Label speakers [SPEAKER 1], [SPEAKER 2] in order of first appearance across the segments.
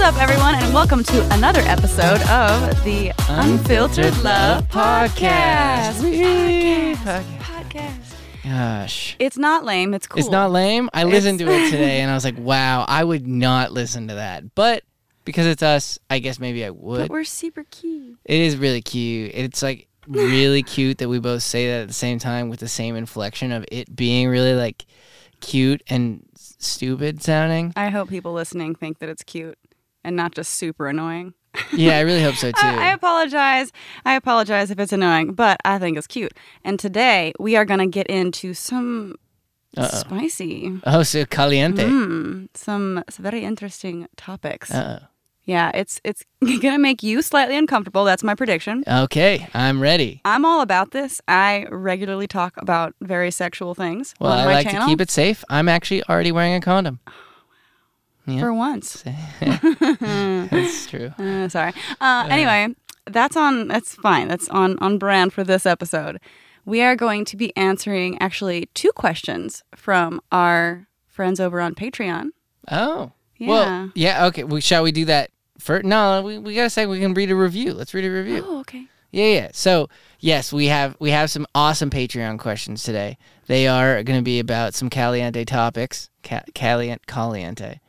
[SPEAKER 1] up, everyone, and welcome to another episode of the Unfiltered, Love Podcast.
[SPEAKER 2] Wee! Podcast.
[SPEAKER 1] Podcast.
[SPEAKER 2] Gosh.
[SPEAKER 1] It's not lame. It's cool.
[SPEAKER 2] It's not lame. I
[SPEAKER 1] It's-
[SPEAKER 2] listened to it today and I was like, wow, I would not listen to that. But because it's us, I guess maybe I would.
[SPEAKER 1] but we're super cute.
[SPEAKER 2] It is really cute. It's like really cute that we both say that at the same time with the same inflection of it being really like cute and s- stupid sounding.
[SPEAKER 1] I hope people listening think that it's cute and not just super annoying.
[SPEAKER 2] Yeah, I really hope so too.
[SPEAKER 1] I, I apologize. I apologize if it's annoying, but I think it's cute. And today we are going to get into some
[SPEAKER 2] Uh-oh.
[SPEAKER 1] spicy,
[SPEAKER 2] oh, so caliente.
[SPEAKER 1] mm, some very interesting topics.
[SPEAKER 2] Uh,
[SPEAKER 1] Yeah, it's it's gonna make you slightly uncomfortable. That's my prediction.
[SPEAKER 2] okay, I'm ready.
[SPEAKER 1] I'm all about this. I regularly talk about very sexual things
[SPEAKER 2] Well,
[SPEAKER 1] on
[SPEAKER 2] I
[SPEAKER 1] my
[SPEAKER 2] like
[SPEAKER 1] channel.
[SPEAKER 2] to keep it safe. I'm actually already wearing a condom. yeah.
[SPEAKER 1] for once. Uh-huh.
[SPEAKER 2] That's true.
[SPEAKER 1] Uh, sorry. Uh, anyway, that's on. That's fine. That's on on brand for this episode. We are going to be answering actually two questions from our friends over on Patreon.
[SPEAKER 2] Oh.
[SPEAKER 1] Yeah.
[SPEAKER 2] Well, yeah, okay. Well, shall we do that first? No, we, we got to say we can read a review. Let's read a review.
[SPEAKER 1] Oh, okay.
[SPEAKER 2] Yeah, yeah. So, yes, we have we have some awesome Patreon questions today. They are going to be about some caliente topics. Ca- caliente caliente.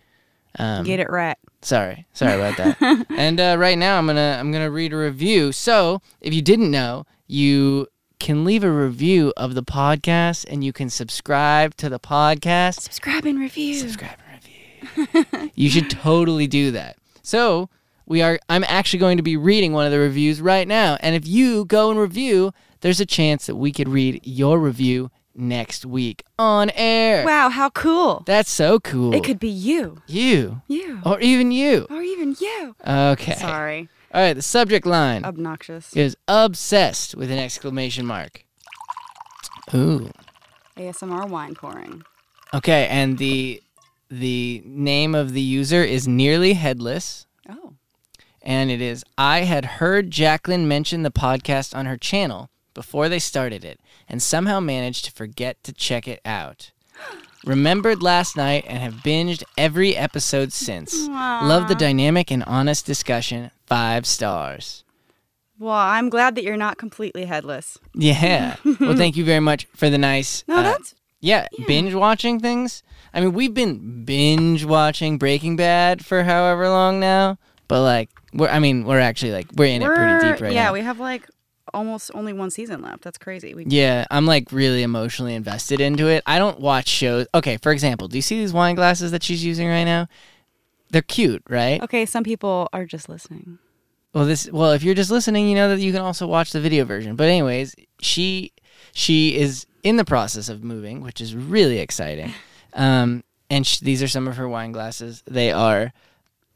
[SPEAKER 2] Um,
[SPEAKER 1] Get it right.
[SPEAKER 2] Sorry, sorry about that. and uh, right now, I'm gonna I'm gonna read a review. So if you didn't know, you can leave a review of the podcast, and you can subscribe to the podcast.
[SPEAKER 1] Subscribe and review.
[SPEAKER 2] Subscribe and review. you should totally do that. So we are. I'm actually going to be reading one of the reviews right now, and if you go and review, there's a chance that we could read your review next week on air.
[SPEAKER 1] Wow, how cool!
[SPEAKER 2] That's so cool.
[SPEAKER 1] It could be you,
[SPEAKER 2] you
[SPEAKER 1] you,
[SPEAKER 2] or even you.
[SPEAKER 1] or even you.
[SPEAKER 2] Okay.
[SPEAKER 1] Sorry,
[SPEAKER 2] All right, the subject line
[SPEAKER 1] obnoxious.
[SPEAKER 2] is obsessed with an exclamation mark. Ooh.
[SPEAKER 1] ASMR wine pouring.
[SPEAKER 2] Okay, and the the name of the user is nearly headless,
[SPEAKER 1] Oh.
[SPEAKER 2] and it is I had heard Jacqueline mention the podcast on her channel before they started it, and somehow managed to forget to check it out. Remembered last night and have binged every episode since. Love the dynamic and honest discussion. Five stars.
[SPEAKER 1] Well, I'm glad that you're not completely headless.
[SPEAKER 2] Yeah. well, thank you very much for the nice.
[SPEAKER 1] No,
[SPEAKER 2] uh,
[SPEAKER 1] that's
[SPEAKER 2] yeah, binge watching things. I mean, we've been binge watching Breaking Bad for however long now, but like, we're I mean, we're actually like we're in it pretty deep right
[SPEAKER 1] yeah,
[SPEAKER 2] now.
[SPEAKER 1] we have like almost only one season left. That's crazy. We
[SPEAKER 2] yeah, I'm like really emotionally invested into it. I don't watch shows. Okay, for example, do you see these wine glasses that she's using right now? They're cute, right?
[SPEAKER 1] Okay, some people are just listening.
[SPEAKER 2] Well, this well, if you're just listening, you know that you can also watch the video version. But anyways, she she is in the process of moving, which is really exciting. Um, and sh- these are some of her wine glasses. They are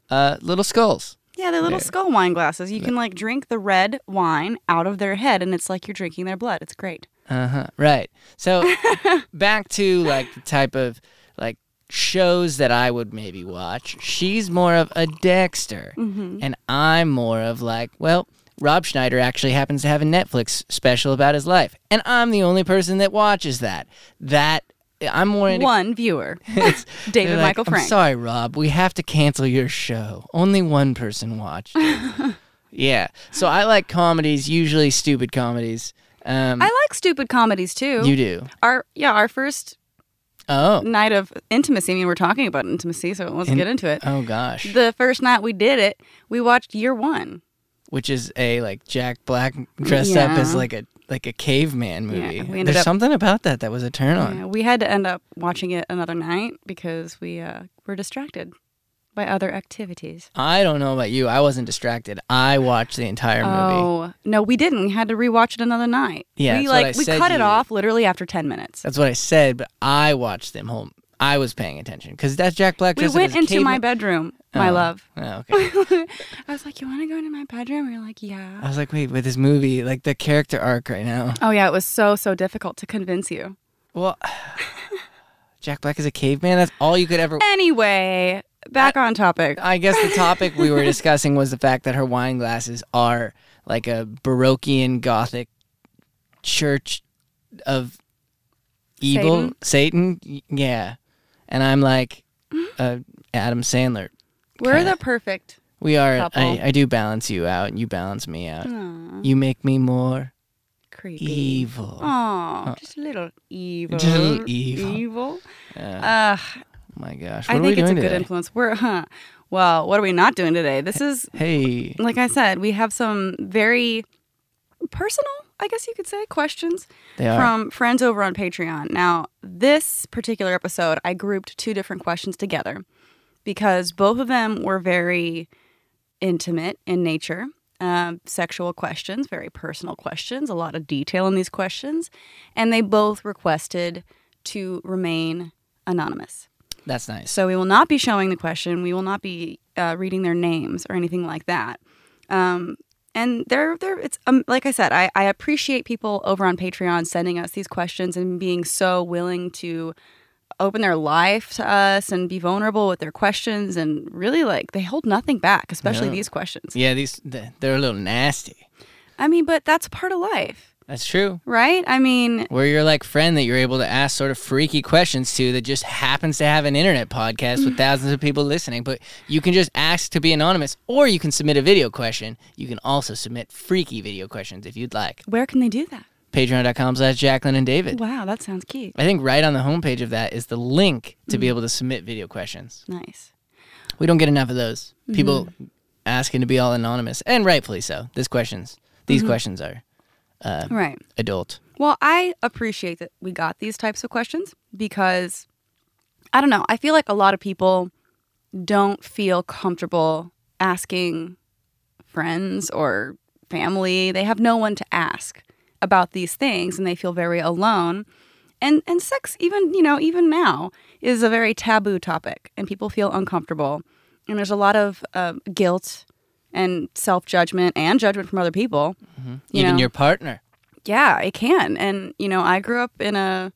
[SPEAKER 2] uh, little skulls.
[SPEAKER 1] Yeah, they're little
[SPEAKER 2] Yeah.
[SPEAKER 1] skull wine glasses. You can like drink the red wine out of their head and it's like you're drinking their blood. It's great.
[SPEAKER 2] Uh huh. Right. So back to like the type of like shows that I would maybe watch. She's more of a Dexter,
[SPEAKER 1] Mm-hmm.
[SPEAKER 2] and I'm more of like well. Rob Schneider actually happens to have a Netflix special about his life, and I'm the only person that watches that. That I'm more into
[SPEAKER 1] One viewer.
[SPEAKER 2] it's-
[SPEAKER 1] David
[SPEAKER 2] they're like,
[SPEAKER 1] Michael Frank.
[SPEAKER 2] I'm sorry, Rob. We have to cancel your show. Only one person watched. it." yeah. So I like comedies, usually stupid comedies. Um,
[SPEAKER 1] I like stupid comedies too.
[SPEAKER 2] you do.
[SPEAKER 1] our yeah, our first
[SPEAKER 2] Oh.
[SPEAKER 1] night of intimacy. I mean, we're talking about intimacy, so let's
[SPEAKER 2] In-
[SPEAKER 1] get into it.
[SPEAKER 2] Oh gosh.
[SPEAKER 1] The first night we did it, we watched Year One.
[SPEAKER 2] Which is a like Jack Black dressed up as
[SPEAKER 1] Yeah.
[SPEAKER 2] like a like a caveman movie.
[SPEAKER 1] we ended
[SPEAKER 2] There's
[SPEAKER 1] up-
[SPEAKER 2] something about that that was a turn on.
[SPEAKER 1] Yeah, we had to end up watching it another night because we uh, were distracted by other activities.
[SPEAKER 2] I don't know about you. I wasn't distracted. I watched the entire movie.
[SPEAKER 1] Oh no, we didn't. We had to rewatch it another night.
[SPEAKER 2] Yeah,
[SPEAKER 1] we
[SPEAKER 2] that's what
[SPEAKER 1] like
[SPEAKER 2] I
[SPEAKER 1] we
[SPEAKER 2] said
[SPEAKER 1] cut it
[SPEAKER 2] you-
[SPEAKER 1] off literally after ten minutes.
[SPEAKER 2] That's what I said, but I watched them whole. I was paying attention because that's Jack Black.
[SPEAKER 1] We
[SPEAKER 2] dressed up
[SPEAKER 1] went
[SPEAKER 2] as a
[SPEAKER 1] into my
[SPEAKER 2] caveman-
[SPEAKER 1] bedroom, my
[SPEAKER 2] Oh.
[SPEAKER 1] love.
[SPEAKER 2] Oh, okay.
[SPEAKER 1] I was like, "You want to go into my bedroom?" We were like, "Yeah."
[SPEAKER 2] I was like, wait, with this movie, like the character arc right now.
[SPEAKER 1] Oh yeah, it was so so difficult to convince you.
[SPEAKER 2] Well, Jack Black is a caveman. That's all you could ever.
[SPEAKER 1] Anyway, back on topic.
[SPEAKER 2] I guess the topic we were discussing was the fact that her wine glasses are like a Baroquean Gothic church of
[SPEAKER 1] Mm-hmm.
[SPEAKER 2] evil Satan. Y- Yeah, and I'm like a uh, Adam Sandler
[SPEAKER 1] We're
[SPEAKER 2] kinda-
[SPEAKER 1] the perfect.
[SPEAKER 2] we are. I,
[SPEAKER 1] couple.
[SPEAKER 2] I do balance you out, and you balance me out.
[SPEAKER 1] Mm-hmm.
[SPEAKER 2] You make me more
[SPEAKER 1] Creepy.
[SPEAKER 2] evil.
[SPEAKER 1] Aw, just a little evil.
[SPEAKER 2] Uh, Just a little evil.
[SPEAKER 1] Evil.
[SPEAKER 2] Yeah.
[SPEAKER 1] Ugh,
[SPEAKER 2] Oh my gosh, what
[SPEAKER 1] I
[SPEAKER 2] are we
[SPEAKER 1] think it's a
[SPEAKER 2] doing
[SPEAKER 1] good
[SPEAKER 2] today?
[SPEAKER 1] influence. We're, huh? Well, what are we not doing today? This is,
[SPEAKER 2] hey,
[SPEAKER 1] like I said, we have some very personal, I guess you could say, questions
[SPEAKER 2] they are.
[SPEAKER 1] from friends over on Patreon. Now, this particular episode, I grouped two different questions together because both of them were very intimate in nature. Um, sexual questions, very personal questions, a lot of detail in these questions, and they both requested to remain anonymous.
[SPEAKER 2] That's nice.
[SPEAKER 1] So we will not be showing the question. We will not be uh, reading their names or anything like that. Um, and they're, they're it's um, like I said, I, I appreciate people over on Patreon sending us these questions and being so willing to open their life to us and be vulnerable with their questions and really like they hold nothing back, especially
[SPEAKER 2] Yeah.
[SPEAKER 1] these questions.
[SPEAKER 2] Yeah, these th- they're a little nasty.
[SPEAKER 1] I mean, but that's part of life,
[SPEAKER 2] That's true.
[SPEAKER 1] right? I mean,
[SPEAKER 2] Where you're like friend that you're able to ask sort of freaky questions to that just happens to have an internet podcast
[SPEAKER 1] Mm.
[SPEAKER 2] with thousands of people listening, but you can just ask to be anonymous or you can submit a video question. You can also submit freaky video questions if you'd like.
[SPEAKER 1] where can they do that?
[SPEAKER 2] Patreon.com slash Jacqueline and David.
[SPEAKER 1] Wow, that sounds cute.
[SPEAKER 2] I think right on the homepage of that is the link to
[SPEAKER 1] Mm.
[SPEAKER 2] be able to submit video questions.
[SPEAKER 1] Nice.
[SPEAKER 2] We don't get enough of those. People
[SPEAKER 1] Mm-hmm.
[SPEAKER 2] asking to be all anonymous, and rightfully so. This questions, these
[SPEAKER 1] Mm-hmm.
[SPEAKER 2] questions are Uh,
[SPEAKER 1] Right.
[SPEAKER 2] adult.
[SPEAKER 1] Well, I appreciate that we got these types of questions because I don't know. I feel like a lot of people don't feel comfortable asking friends or family. They have no one to ask about these things and they feel very alone. And and sex even, you know, even now is a very taboo topic and people feel uncomfortable. And there's a lot of uh, guilt and self-judgment and judgment from other people. you
[SPEAKER 2] Even
[SPEAKER 1] know?
[SPEAKER 2] your partner.
[SPEAKER 1] yeah, it can. And, you know, I grew up in a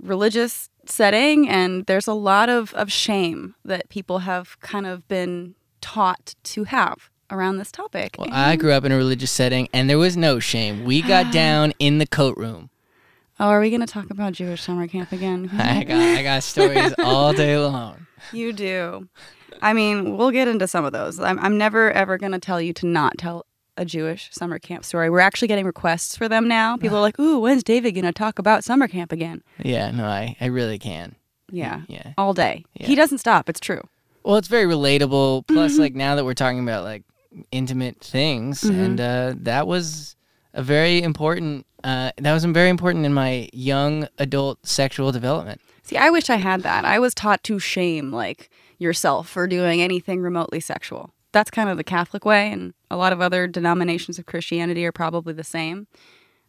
[SPEAKER 1] religious setting, and there's a lot of, of shame that people have kind of been taught to have around this topic.
[SPEAKER 2] Well, I grew up in a religious setting, and there was no shame. We got down in the coat room.
[SPEAKER 1] oh, are we going to talk about Jewish summer camp again?
[SPEAKER 2] I got, I got stories all day long.
[SPEAKER 1] you do. I mean, we'll get into some of those. I'm, I'm never, ever going to tell you to not tell a Jewish summer camp story. We're actually getting requests for them now. People are like, ooh, when's David going to talk about summer camp again?
[SPEAKER 2] Yeah, no, I, I really can.
[SPEAKER 1] Yeah.
[SPEAKER 2] Yeah.
[SPEAKER 1] All day.
[SPEAKER 2] Yeah.
[SPEAKER 1] He doesn't stop. It's true.
[SPEAKER 2] Well, it's very relatable. Plus,
[SPEAKER 1] Mm-hmm.
[SPEAKER 2] like now that we're talking about like intimate things, and uh, that was a very important. Uh, that was very important in my young adult sexual development.
[SPEAKER 1] See, I wish I had that. I was taught to shame like yourself for doing anything remotely sexual. That's kind of the Catholic way, and a lot of other denominations of Christianity are probably the same.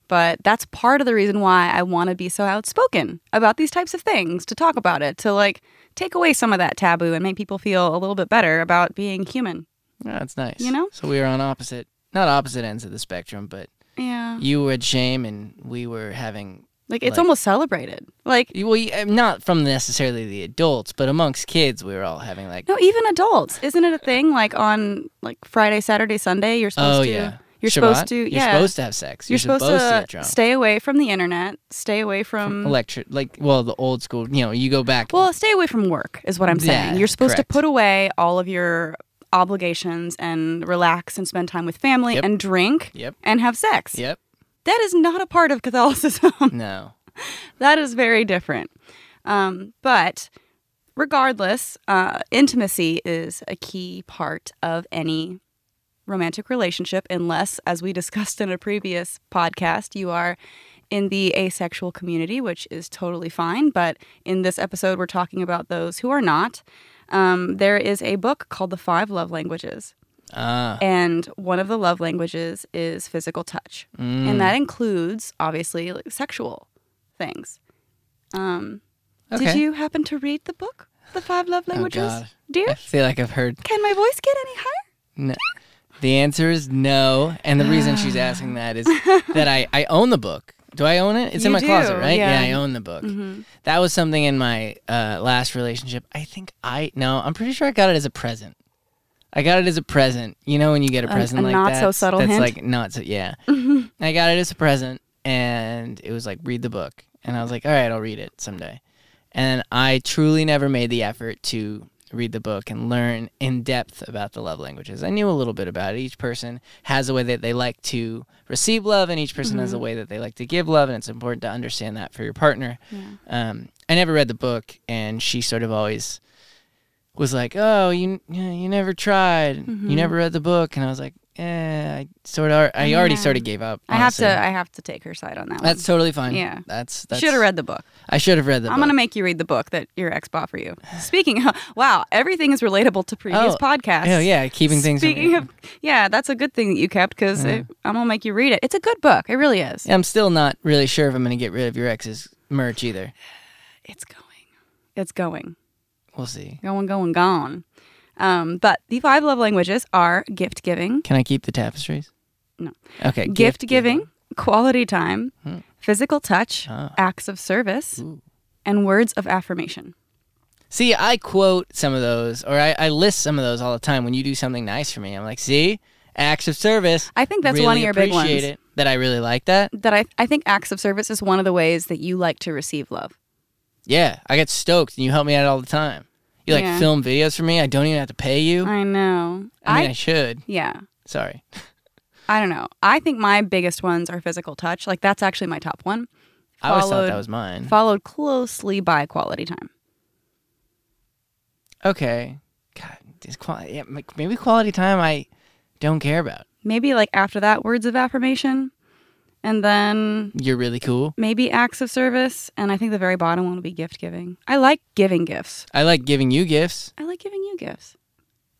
[SPEAKER 1] But that's part of the reason why I want to be so outspoken about these types of things, to talk about it, to like take away some of that taboo and make people feel a little bit better about being human.
[SPEAKER 2] Yeah, that's Ah, nice.
[SPEAKER 1] You know?
[SPEAKER 2] So we were on opposite, not opposite ends of the spectrum, but
[SPEAKER 1] Yeah.
[SPEAKER 2] you had shame, and we were having
[SPEAKER 1] Like it's
[SPEAKER 2] Like-
[SPEAKER 1] almost celebrated. Like,
[SPEAKER 2] Well, y- uh, not from necessarily the adults, but amongst kids, we were all having like,
[SPEAKER 1] no, even adults. Isn't it a thing like on like Friday, Saturday, Sunday, you're supposed
[SPEAKER 2] oh
[SPEAKER 1] to
[SPEAKER 2] yeah,
[SPEAKER 1] you're
[SPEAKER 2] Shabbat?
[SPEAKER 1] supposed to
[SPEAKER 2] you're
[SPEAKER 1] yeah.
[SPEAKER 2] supposed to have sex,
[SPEAKER 1] You're, supposed,
[SPEAKER 2] to,
[SPEAKER 1] to,
[SPEAKER 2] get drunk,
[SPEAKER 1] stay away from the internet, stay away from,
[SPEAKER 2] electric, like well, the old school, you know, you go back.
[SPEAKER 1] well, stay away from work is what I'm saying.
[SPEAKER 2] Yeah,
[SPEAKER 1] You're supposed
[SPEAKER 2] correct.
[SPEAKER 1] to put away all of your obligations and relax and spend time with family
[SPEAKER 2] Yep.
[SPEAKER 1] and drink
[SPEAKER 2] yep,
[SPEAKER 1] and have sex.
[SPEAKER 2] yep,
[SPEAKER 1] That is not a part of Catholicism.
[SPEAKER 2] no,
[SPEAKER 1] that is very different. Um, but regardless, uh, intimacy is a key part of any romantic relationship, unless, as we discussed in a previous podcast, you are in the asexual community, which is totally fine. But in this episode, we're talking about those who are not. Um, there is a book called The Five Love Languages.
[SPEAKER 2] ah,
[SPEAKER 1] And one of the love languages is physical touch. And
[SPEAKER 2] Mm.
[SPEAKER 1] that includes, obviously, like, sexual things. Um,
[SPEAKER 2] okay. Oh,
[SPEAKER 1] Did you happen to read the book, The Five Love Languages?
[SPEAKER 2] God. Mm. I
[SPEAKER 1] Dear,
[SPEAKER 2] feel like I've heard.
[SPEAKER 1] can my voice get any higher?
[SPEAKER 2] No. The answer is no, and the reason she's asking that is that I I own the book. Do I own it? It's in
[SPEAKER 1] You
[SPEAKER 2] my closet,
[SPEAKER 1] do,
[SPEAKER 2] right?
[SPEAKER 1] yeah. Mm-hmm.
[SPEAKER 2] I own the book. That was something in my uh, last relationship. I think I no, I'm pretty sure I got it as a present. I got it as a present. You know when you get a
[SPEAKER 1] A-
[SPEAKER 2] present
[SPEAKER 1] a
[SPEAKER 2] like
[SPEAKER 1] not
[SPEAKER 2] that,
[SPEAKER 1] so subtle
[SPEAKER 2] that's
[SPEAKER 1] hint?
[SPEAKER 2] like not so yeah. I got it as a present, and it was like read the book, and I was like, all right, I'll read it someday. And I truly never made the effort to read the book and learn in depth about the love languages. I knew a little bit about it. Each person has a way that they like to receive love, and each person has
[SPEAKER 1] Mm-hmm.
[SPEAKER 2] a way that they like to give love, and it's important to understand that for your partner. Um, I never read the book, and she sort of always was like, "Oh, you you never tried,
[SPEAKER 1] Mm-hmm.
[SPEAKER 2] you never read the book," and I was like, "Eh, I sort of, I already
[SPEAKER 1] Yeah.
[SPEAKER 2] sort of gave up."
[SPEAKER 1] um, I have to.
[SPEAKER 2] honestly.
[SPEAKER 1] I have to take her side on that
[SPEAKER 2] That's totally fine.
[SPEAKER 1] Yeah.
[SPEAKER 2] that's,
[SPEAKER 1] one.
[SPEAKER 2] that's
[SPEAKER 1] Should have read the book.
[SPEAKER 2] I should have read the.
[SPEAKER 1] I'm
[SPEAKER 2] book.
[SPEAKER 1] gonna make you read the book that your ex bought for you. Speaking, of, wow, everything is relatable to previous
[SPEAKER 2] Oh.
[SPEAKER 1] podcasts.
[SPEAKER 2] Oh yeah, keeping things. from-
[SPEAKER 1] Speaking of, yeah, that's a good thing that you kept because I'm gonna make you read it. It's a good book. It really is.
[SPEAKER 2] I'm still not really sure if I'm going to get rid of your ex's merch either.
[SPEAKER 1] It's going. It's going.
[SPEAKER 2] We'll see.
[SPEAKER 1] Going. Going. Gone. Um, but the five love languages are gift giving,
[SPEAKER 2] Can I keep the tapestries?
[SPEAKER 1] No.
[SPEAKER 2] Okay.
[SPEAKER 1] gift giving, quality time,
[SPEAKER 2] Hmm.
[SPEAKER 1] physical touch,
[SPEAKER 2] Ah.
[SPEAKER 1] acts of service,
[SPEAKER 2] Ooh.
[SPEAKER 1] and words of affirmation.
[SPEAKER 2] See, I quote some of those, or I, I list some of those all the time. When you do something nice for me, I'm like, see, acts of service.
[SPEAKER 1] I think that's
[SPEAKER 2] really
[SPEAKER 1] one of your big ones.
[SPEAKER 2] Appreciate it that I really like that.
[SPEAKER 1] That I, I think acts of service is one of the ways that you like to receive love.
[SPEAKER 2] Yeah, I get stoked, and you help me out all the time. You like
[SPEAKER 1] Yeah.
[SPEAKER 2] film videos for me. I don't even have to pay you. I,
[SPEAKER 1] I know. I,
[SPEAKER 2] mean, I should.
[SPEAKER 1] yeah.
[SPEAKER 2] Sorry.
[SPEAKER 1] I don't know. I think my biggest ones are physical touch. Like that's actually my top one,
[SPEAKER 2] I always thought
[SPEAKER 1] Followed-
[SPEAKER 2] that was mine.
[SPEAKER 1] followed closely by quality time.
[SPEAKER 2] okay. God, this quality, yeah, m- maybe quality time I don't care about.
[SPEAKER 1] Maybe like after that, words of affirmation, and then
[SPEAKER 2] You're really cool.
[SPEAKER 1] maybe acts of service. And I think the very bottom one will be gift giving. I like giving gifts.
[SPEAKER 2] I like giving you gifts.
[SPEAKER 1] I like giving you gifts.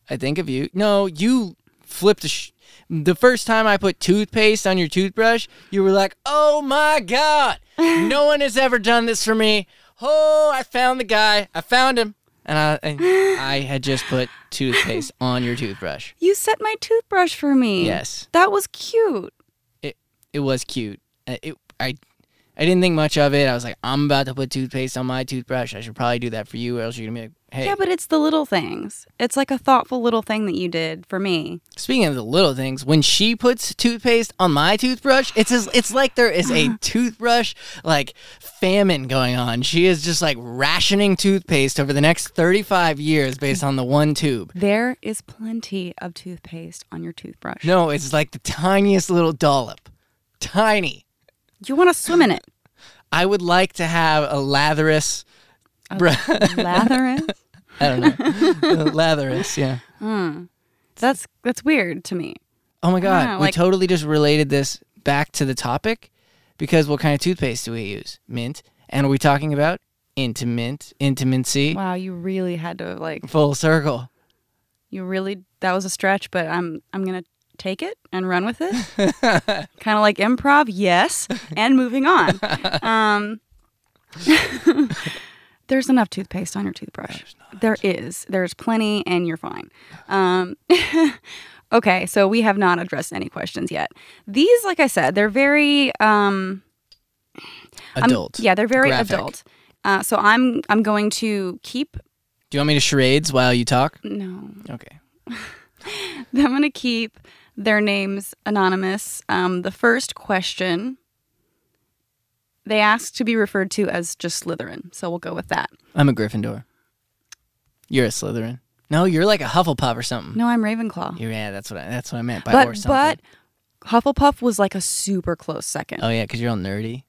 [SPEAKER 2] I think of you. No, you flipped the. Sh- the first time I put toothpaste on your toothbrush, you were like, "Oh my god, no one has ever done this for me." Oh, I found the guy. I found him, and I and I had just put toothpaste on your toothbrush.
[SPEAKER 1] You set my toothbrush for me.
[SPEAKER 2] Yes,
[SPEAKER 1] That was cute.
[SPEAKER 2] it was cute. Uh, It I. I didn't think much of it. I was like, I'm about to put toothpaste on my toothbrush. I should probably do that for you, or else you're gonna be like, hey.
[SPEAKER 1] Yeah, but it's the little things. It's like a thoughtful little thing that you did for me.
[SPEAKER 2] Speaking of the little things, when she puts toothpaste on my toothbrush, it's as, it's like there is a toothbrush like famine going on. She is just like rationing toothpaste over the next 35 years based on the one tube.
[SPEAKER 1] There is plenty of toothpaste on your toothbrush.
[SPEAKER 2] No, it's like the tiniest little dollop. Tiny.
[SPEAKER 1] You want to swim in it.
[SPEAKER 2] I would like to have a latherous brush.
[SPEAKER 1] Latherus.
[SPEAKER 2] I don't know. latherous, yeah.
[SPEAKER 1] That's that's weird to me.
[SPEAKER 2] Oh my god,
[SPEAKER 1] know,
[SPEAKER 2] we
[SPEAKER 1] like-
[SPEAKER 2] totally just related this back to the topic because what kind of toothpaste do we use? Mint. And are we talking about intimate intimacy?
[SPEAKER 1] Wow, you really had to like
[SPEAKER 2] Full circle.
[SPEAKER 1] you really that was a stretch, but I'm I'm gonna take it and run with it. kind of like improv, yes, and moving on. Um, there's enough toothpaste on your toothbrush. There is. There's plenty, and you're fine. Um, okay, so we have not addressed any questions yet. These, like I said, they're very. Um, I'm-
[SPEAKER 2] Adult.
[SPEAKER 1] Um, yeah, they're very
[SPEAKER 2] Graphic.
[SPEAKER 1] adult. Uh, so I'm I'm going to keep
[SPEAKER 2] Do you want me to charades while you talk?
[SPEAKER 1] no,
[SPEAKER 2] Okay.
[SPEAKER 1] I'm going to keep their names anonymous. Um, the first question they asked to be referred to as just Slytherin, so we'll go with that.
[SPEAKER 2] I'm a Gryffindor. You're a Slytherin. No, you're like a Hufflepuff or something.
[SPEAKER 1] No, I'm Ravenclaw,
[SPEAKER 2] You're, Hmm. yeah, that's what I, that's what I meant by or
[SPEAKER 1] but
[SPEAKER 2] something.
[SPEAKER 1] but Hufflepuff was like a super close second.
[SPEAKER 2] oh yeah, because you're all nerdy.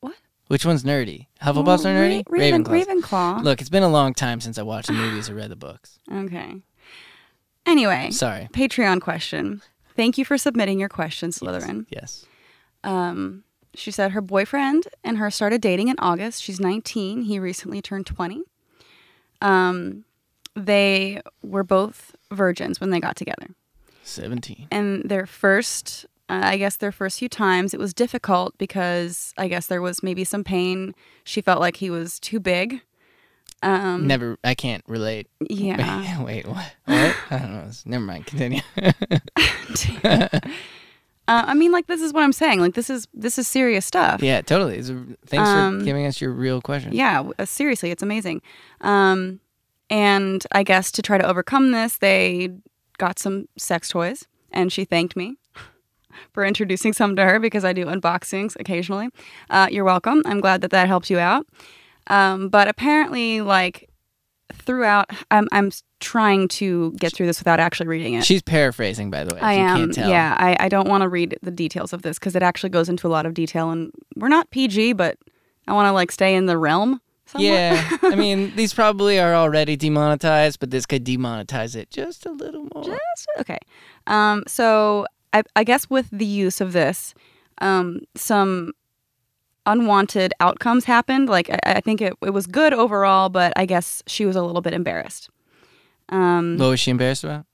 [SPEAKER 1] What?
[SPEAKER 2] Which one's nerdy? Hufflepuffs
[SPEAKER 1] Oh,
[SPEAKER 2] are nerdy.
[SPEAKER 1] Ra- Raven-
[SPEAKER 2] Ravenclaws.
[SPEAKER 1] Ravenclaw.
[SPEAKER 2] Look, it's been a long time since I watched the movies or read the books.
[SPEAKER 1] Okay. Anyway,
[SPEAKER 2] Sorry.
[SPEAKER 1] Patreon question. Thank you for submitting your questions, Slytherin.
[SPEAKER 2] Yes.
[SPEAKER 1] Um, she said her boyfriend and her started dating in August. She's 19. He recently turned 20. Um, they were both virgins when they got together.
[SPEAKER 2] 17.
[SPEAKER 1] And their first, uh, I guess, their first few times, it was difficult because I guess there was maybe some pain. She felt like he was too big. Um,
[SPEAKER 2] Never, I can't relate.
[SPEAKER 1] yeah.
[SPEAKER 2] Wait, what? What? I don't know. It's- Never mind. Continue.
[SPEAKER 1] uh, I mean, like this is what I'm saying. Like this is this is serious stuff.
[SPEAKER 2] yeah, totally. It's a, thanks
[SPEAKER 1] Um,
[SPEAKER 2] for giving us your real question.
[SPEAKER 1] Yeah, w- uh, seriously, it's amazing. Um, and I guess to try to overcome this, they got some sex toys, and she thanked me for introducing some to her because I do unboxings occasionally. Uh, you're welcome. I'm glad that that helped you out. Um, but apparently, like throughout, I'm, I'm trying to get through this without actually reading it.
[SPEAKER 2] She's paraphrasing, by the way.
[SPEAKER 1] I
[SPEAKER 2] if you
[SPEAKER 1] am.
[SPEAKER 2] can't tell.
[SPEAKER 1] Yeah, I, I don't want to read the details of this because it actually goes into a lot of detail, and we're not PG, but I want to like stay in the realm. Somewhat.
[SPEAKER 2] Yeah. I mean, these probably are already demonetized, but this could demonetize it just a little more.
[SPEAKER 1] Just- okay. Um, so I, I guess with the use of this, um, some unwanted outcomes happened. Like I, I think it, it was good overall, but I guess she was a little bit embarrassed. Um,
[SPEAKER 2] What was she embarrassed about?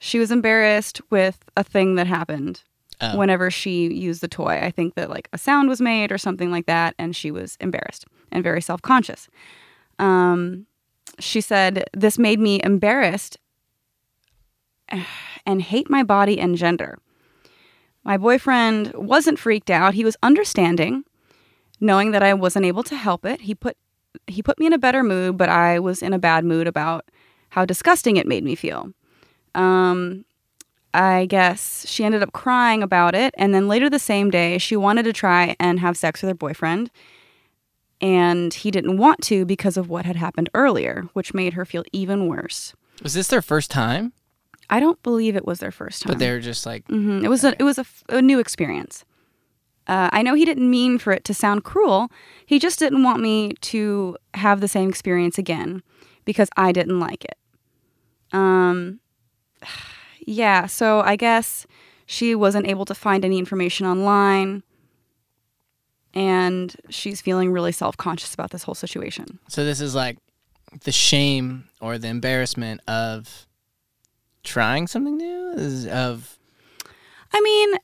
[SPEAKER 1] she was embarrassed with a thing that happened
[SPEAKER 2] Oh.
[SPEAKER 1] whenever she used the toy. I think that like a sound was made or something like that, and she was embarrassed and very self conscious. Um, she said, This made me embarrassed and hate my body and gender. My boyfriend wasn't freaked out. He was understanding, knowing that I wasn't able to help it. He put he put me in a better mood, but I was in a bad mood about how disgusting it made me feel. Um, I guess she ended up crying about it. And then later the same day, she wanted to try and have sex with her boyfriend. And he didn't want to because of what had happened earlier, which made her feel even worse.
[SPEAKER 2] Was this their first time?
[SPEAKER 1] I don't believe it was their first time.
[SPEAKER 2] But they were just like,
[SPEAKER 1] hmm It was a, it was a, f- a new experience. Uh, I know he didn't mean for it to sound cruel. He just didn't want me to have the same experience again because I didn't like it. Um, yeah. So I guess she wasn't able to find any information online, and she's feeling really self conscious about this whole situation.
[SPEAKER 2] so this is like the shame or the embarrassment of trying something new? Is- Of
[SPEAKER 1] I mean,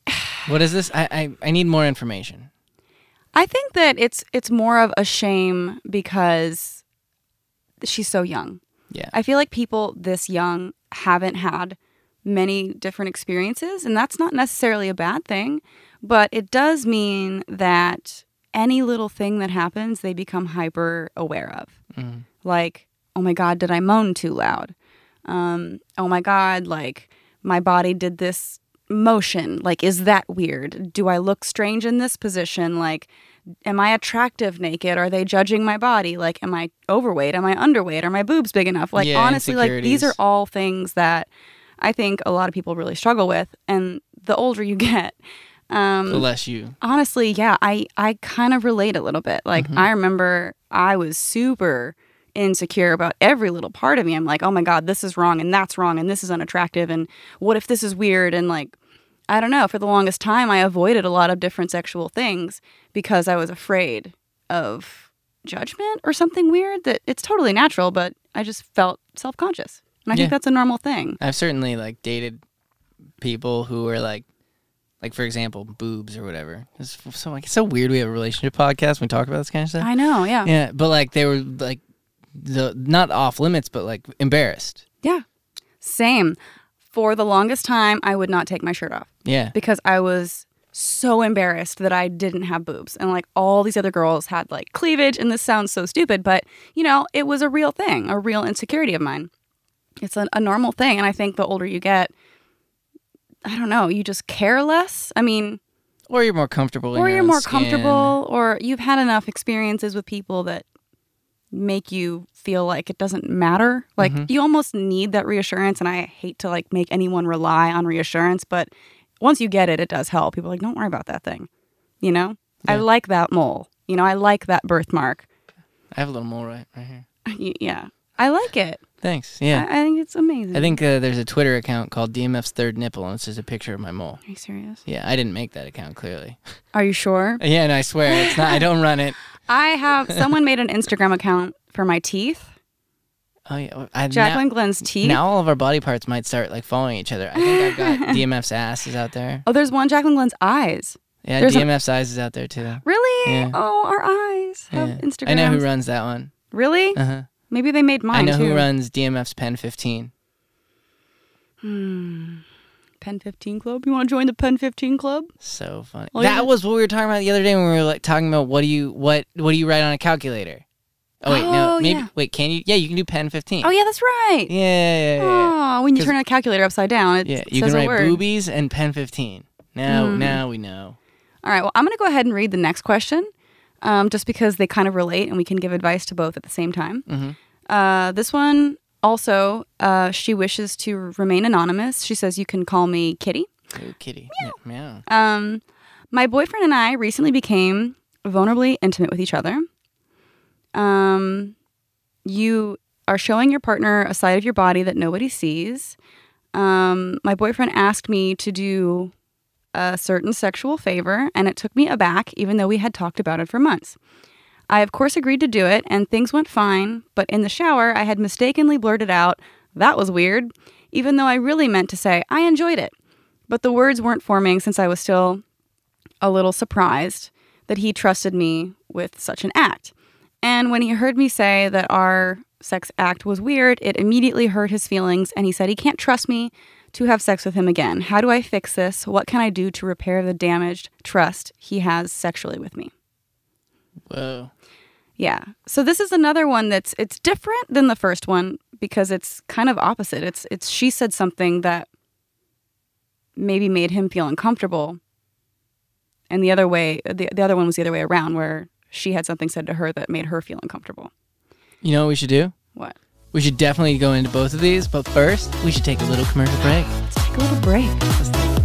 [SPEAKER 2] what is this? I, I, I need more information.
[SPEAKER 1] I think that it's it's more of a shame because she's so young.
[SPEAKER 2] Yeah.
[SPEAKER 1] I feel like people this young haven't had many different experiences, and that's not necessarily a bad thing, but it does mean that any little thing that happens, they become hyper aware of.
[SPEAKER 2] Mm.
[SPEAKER 1] Like, oh my God, did I moan too loud? Um, oh my God, like my body did this motion. Like, is that weird? Do I look strange in this position? Like, am I attractive naked? Are they judging my body? Like, am I overweight? Am I underweight? Are my boobs big enough? Like,
[SPEAKER 2] Yeah,
[SPEAKER 1] honestly, like these are
[SPEAKER 2] insecurities.
[SPEAKER 1] all things that I think a lot of people really struggle with. And the older you get, um,
[SPEAKER 2] The less you.
[SPEAKER 1] honestly yeah i i kind of relate a little bit like i remember i was super insecure about every little part of me i'm like oh my god this is wrong and that's wrong and this is unattractive and what if this is weird and like i don't know for the longest time i avoided a lot of different sexual things because i was afraid of judgment or something weird that it's totally natural but i just felt self-conscious and i
[SPEAKER 2] Yeah.
[SPEAKER 1] think that's a normal thing
[SPEAKER 2] I've certainly like dated people who were like, like for example, boobs or whatever. It's f- so like it's so weird. We have a relationship podcast. When we talk about this kind of stuff.
[SPEAKER 1] i know yeah
[SPEAKER 2] yeah, but like they were like, the not off limits, but like embarrassed.
[SPEAKER 1] yeah same for the longest time i would not take my shirt off
[SPEAKER 2] Yeah,
[SPEAKER 1] because I was so embarrassed that I didn't have boobs. And like all these other girls had like cleavage, and this sounds so stupid, but you know, it was a real thing, a real insecurity of mine. It's a, a normal thing. And I think the older you get, I don't know, you just care less. I mean,
[SPEAKER 2] or you're more comfortable. in
[SPEAKER 1] or
[SPEAKER 2] your
[SPEAKER 1] you're
[SPEAKER 2] own
[SPEAKER 1] more
[SPEAKER 2] skin.
[SPEAKER 1] comfortable, or you've had enough experiences with people that make you feel like it doesn't matter. Like
[SPEAKER 2] Mm-hmm.
[SPEAKER 1] you almost need that reassurance. And I hate to like make anyone rely on reassurance, but once you get it, it does help. People are like, don't worry about that thing. You know, I
[SPEAKER 2] Yeah.
[SPEAKER 1] like that mole. You know, I like that birthmark.
[SPEAKER 2] I have a little mole right right here.
[SPEAKER 1] Y- yeah, I like it.
[SPEAKER 2] Thanks. Yeah,
[SPEAKER 1] I, I think it's amazing.
[SPEAKER 2] I think uh, there's a Twitter account called DMF's Third Nipple, and it's just a picture of my mole.
[SPEAKER 1] Are you serious?
[SPEAKER 2] Yeah, I didn't make that account clearly.
[SPEAKER 1] Are you sure?
[SPEAKER 2] Yeah, and I swear it's not. I don't run it.
[SPEAKER 1] I have someone made an Instagram account for my teeth.
[SPEAKER 2] Oh yeah, I, now-
[SPEAKER 1] Jacqueline Glenn's teeth.
[SPEAKER 2] Now all of our body parts might start like following each other. I think I've got DMF's ass is out there.
[SPEAKER 1] Oh, there's one Jacqueline Glenn's eyes.
[SPEAKER 2] Yeah,
[SPEAKER 1] There's a-
[SPEAKER 2] DMF's eyes is out there too.
[SPEAKER 1] Really?
[SPEAKER 2] Yeah.
[SPEAKER 1] Oh, our eyes have
[SPEAKER 2] Yeah.
[SPEAKER 1] Instagram.
[SPEAKER 2] I know who runs that one.
[SPEAKER 1] Really?
[SPEAKER 2] Uh-huh.
[SPEAKER 1] Maybe they made
[SPEAKER 2] I
[SPEAKER 1] mine
[SPEAKER 2] know
[SPEAKER 1] too.
[SPEAKER 2] who runs DMF's Pen 15.
[SPEAKER 1] Pen 15 Club. You want to join the Pen 15 Club?
[SPEAKER 2] So funny.
[SPEAKER 1] Well,
[SPEAKER 2] that
[SPEAKER 1] yeah.
[SPEAKER 2] was what we were talking about the other day when we were like talking about what do you what what do you write on a calculator? Oh wait, no,
[SPEAKER 1] Oh,
[SPEAKER 2] maybe
[SPEAKER 1] yeah.
[SPEAKER 2] wait, can you? Yeah, you can do Pen 15.
[SPEAKER 1] Oh yeah, that's right.
[SPEAKER 2] Yeah, yeah, yeah. yeah.
[SPEAKER 1] Oh, when you
[SPEAKER 2] 'Cause-
[SPEAKER 1] turn a calculator upside down, it
[SPEAKER 2] Yeah,
[SPEAKER 1] s-
[SPEAKER 2] you
[SPEAKER 1] says
[SPEAKER 2] can
[SPEAKER 1] a
[SPEAKER 2] write
[SPEAKER 1] word. Mm.
[SPEAKER 2] boobies and Pen 15. Now, now we know.
[SPEAKER 1] All right. Well, I'm going to go ahead and read the next question, um, just because they kind of relate and we can give advice to both at the same time.
[SPEAKER 2] Mm-hmm.
[SPEAKER 1] Uh, this one also, uh, she wishes to remain anonymous. She says, You can call me Kitty.
[SPEAKER 2] Ooh, kitty. Meow.
[SPEAKER 1] Um, my boyfriend and I recently became vulnerably intimate with each other. Um, you are showing your partner a side of your body that nobody sees. Um, my boyfriend asked me to do a certain sexual favor, and it took me aback, even though we had talked about it for months. I, of course, agreed to do it, and things went fine, but in the shower, I had mistakenly blurted out, That was weird, even though I really meant to say, I enjoyed it. But the words weren't forming since I was still a little surprised that he trusted me with such an act. And when he heard me say that our sex act was weird, it immediately hurt his feelings, and he said he can't trust me to have sex with him again. How do I fix this? What can I do to repair the damaged trust he has sexually with me?
[SPEAKER 2] Whoa.
[SPEAKER 1] Yeah. So this is another one that's it's different than the first one because it's kind of opposite. It's it's she said something that maybe made him feel uncomfortable. And the other way the, the other one was the other way around where she had something said to her that made her feel uncomfortable.
[SPEAKER 2] You know what we should do?
[SPEAKER 1] What?
[SPEAKER 2] We should definitely go into both of these, but first, we should take a little commercial break.
[SPEAKER 1] Let's take a little break.
[SPEAKER 2] Let's take a little break.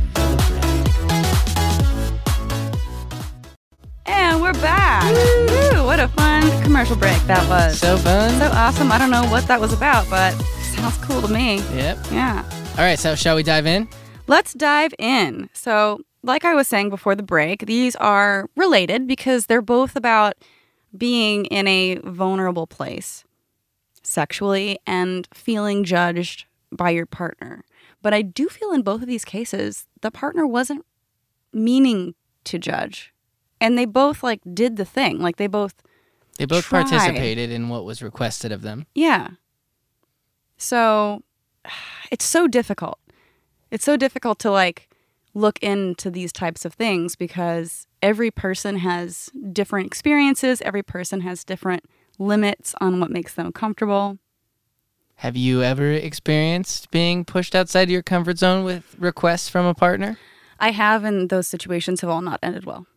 [SPEAKER 1] And we're back. Woo! What a fun commercial break that was.
[SPEAKER 2] So fun.
[SPEAKER 1] so awesome. I don't know what that was about, but sounds cool to me.
[SPEAKER 2] Yep.
[SPEAKER 1] Yeah.
[SPEAKER 2] All right, so shall we dive in?
[SPEAKER 1] Let's dive in. So, like I was saying before the break, these are related because they're both about being in a vulnerable place sexually and feeling judged by your partner. But I do feel in both of these cases, the partner wasn't meaning to judge. And they both like did the thing. Like they both
[SPEAKER 2] They both
[SPEAKER 1] Try.
[SPEAKER 2] participated in what was requested of them.
[SPEAKER 1] Yeah. So it's so difficult. It's so difficult to like look into these types of things because every person has different experiences, every person has different limits on what makes them comfortable.
[SPEAKER 2] Have you ever experienced being pushed outside of your comfort zone with requests from a partner?
[SPEAKER 1] I have, and those situations have all not ended well.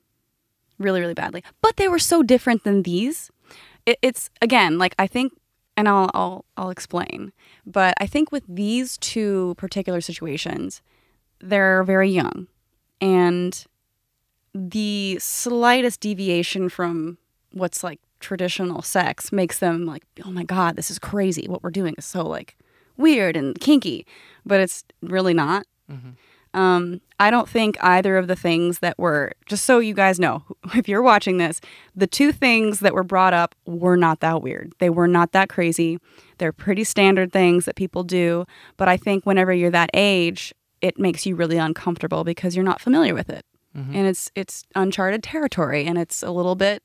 [SPEAKER 1] Really, really badly. But they were so different than these. It, it's again, like I think, and I'll, I'll I'll explain. But I think with these two particular situations, they're very young, and the slightest deviation from what's like traditional sex makes them like, oh my god, this is crazy. What we're doing is so like weird and kinky, but it's really not. Um, I don't think either of the things that were, just so you guys know, if you're watching this, the two things that were brought up were not that weird. They were not that crazy. They're pretty standard things that people do. But I think whenever you're that age, it makes you really uncomfortable because you're not familiar with it. And it's it's uncharted territory and it's a little bit,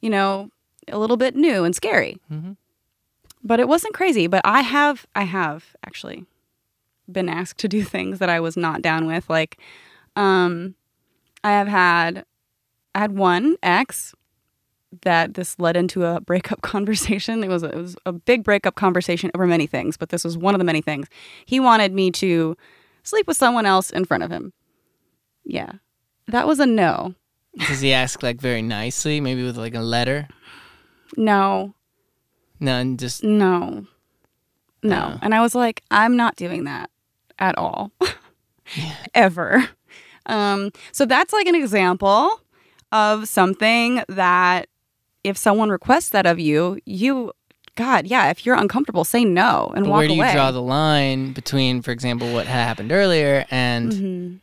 [SPEAKER 1] you know, a little bit new and scary.
[SPEAKER 2] Mhm.
[SPEAKER 1] But it wasn't crazy. But I have I have actually been asked to do things that I was not down with. Like, um, I have had, I had one ex that this led into a breakup conversation. It was it was a big breakup conversation over many things, but this was one of the many things. He wanted me to sleep with someone else in front of him. Yeah, that was a no.
[SPEAKER 2] Does he ask like very nicely, maybe with like a letter?
[SPEAKER 1] No,
[SPEAKER 2] None, just
[SPEAKER 1] no, no.
[SPEAKER 2] Uh.
[SPEAKER 1] And I was like, I'm not doing that at all, ever. Um, so that's like an example of something that if someone requests that of you, you, God, yeah, if you're uncomfortable, say no and
[SPEAKER 2] but
[SPEAKER 1] walk
[SPEAKER 2] where do you
[SPEAKER 1] away.
[SPEAKER 2] draw the line between, for example, what had happened earlier and
[SPEAKER 1] Mhm.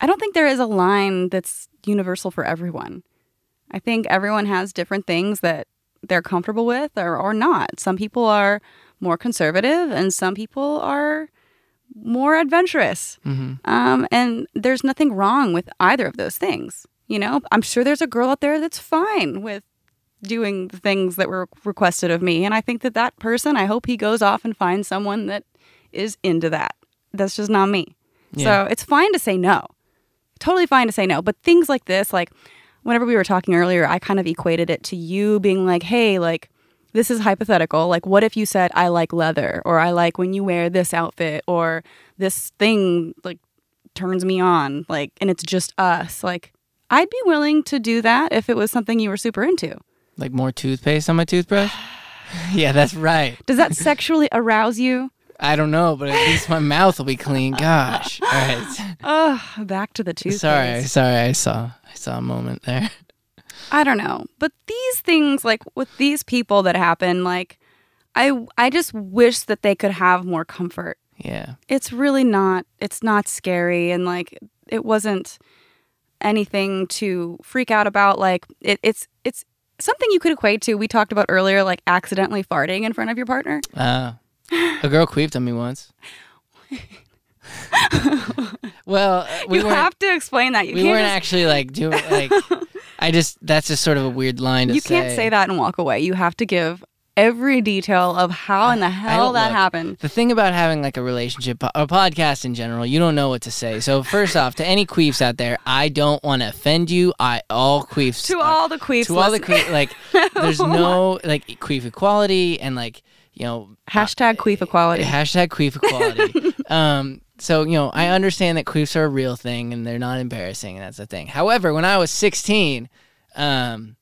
[SPEAKER 1] I don't think there is a line that's universal for everyone. I think everyone has different things that they're comfortable with or, or not. Some people are more conservative and some people are more adventurous.
[SPEAKER 2] Mhm.
[SPEAKER 1] Um, and there's nothing wrong with either of those things. You know, I'm sure there's a girl out there that's fine with doing the things that were requested of me. And I think that that person, I hope he goes off and finds someone that is into that. That's just not me.
[SPEAKER 2] Yeah.
[SPEAKER 1] So it's fine to say no. Totally fine to say no. But things like this, like whenever we were talking earlier, I kind of equated it to you being like, hey, like, this is hypothetical. Like, what if you said, I like leather, or I like when you wear this outfit, or this thing, like, turns me on, like, and it's just us. Like, I'd be willing to do that if it was something you were super into.
[SPEAKER 2] like more toothpaste on my toothbrush? yeah, that's right.
[SPEAKER 1] Does that sexually arouse you?
[SPEAKER 2] I don't know, but at least my mouth will be clean. Gosh. All right.
[SPEAKER 1] Oh, back to the toothpaste.
[SPEAKER 2] Sorry, sorry. I saw I saw a moment there.
[SPEAKER 1] I don't know. But these things, like with these people that happen, like I I just wish that they could have more comfort.
[SPEAKER 2] Yeah.
[SPEAKER 1] It's really not it's not scary and like it wasn't anything to freak out about. Like it, it's it's something you could equate to we talked about earlier, like accidentally farting in front of your partner.
[SPEAKER 2] Uh, a girl queefed on me once. well, uh, we
[SPEAKER 1] you
[SPEAKER 2] weren't
[SPEAKER 1] have to explain that. You
[SPEAKER 2] we
[SPEAKER 1] can't
[SPEAKER 2] weren't
[SPEAKER 1] just-
[SPEAKER 2] actually like doing like I just that's just sort of a weird line to
[SPEAKER 1] you
[SPEAKER 2] say.
[SPEAKER 1] can't say that and walk away. You have to give every detail of how in the hell
[SPEAKER 2] don't
[SPEAKER 1] that
[SPEAKER 2] look.
[SPEAKER 1] happened.
[SPEAKER 2] The thing about having like a relationship po- or podcast in general, you don't know what to say. So first off, to any queefs out there, I don't want to offend you. I all queefs
[SPEAKER 1] To
[SPEAKER 2] are-
[SPEAKER 1] all the queefs.
[SPEAKER 2] to all the
[SPEAKER 1] listening.
[SPEAKER 2] queef like there's no like queef equality and like you know
[SPEAKER 1] Hashtag queef equality.
[SPEAKER 2] hashtag queef equality. um, so you know I understand that queefs are a real thing and they're not embarrassing and that's the thing. However, when I was 16, um,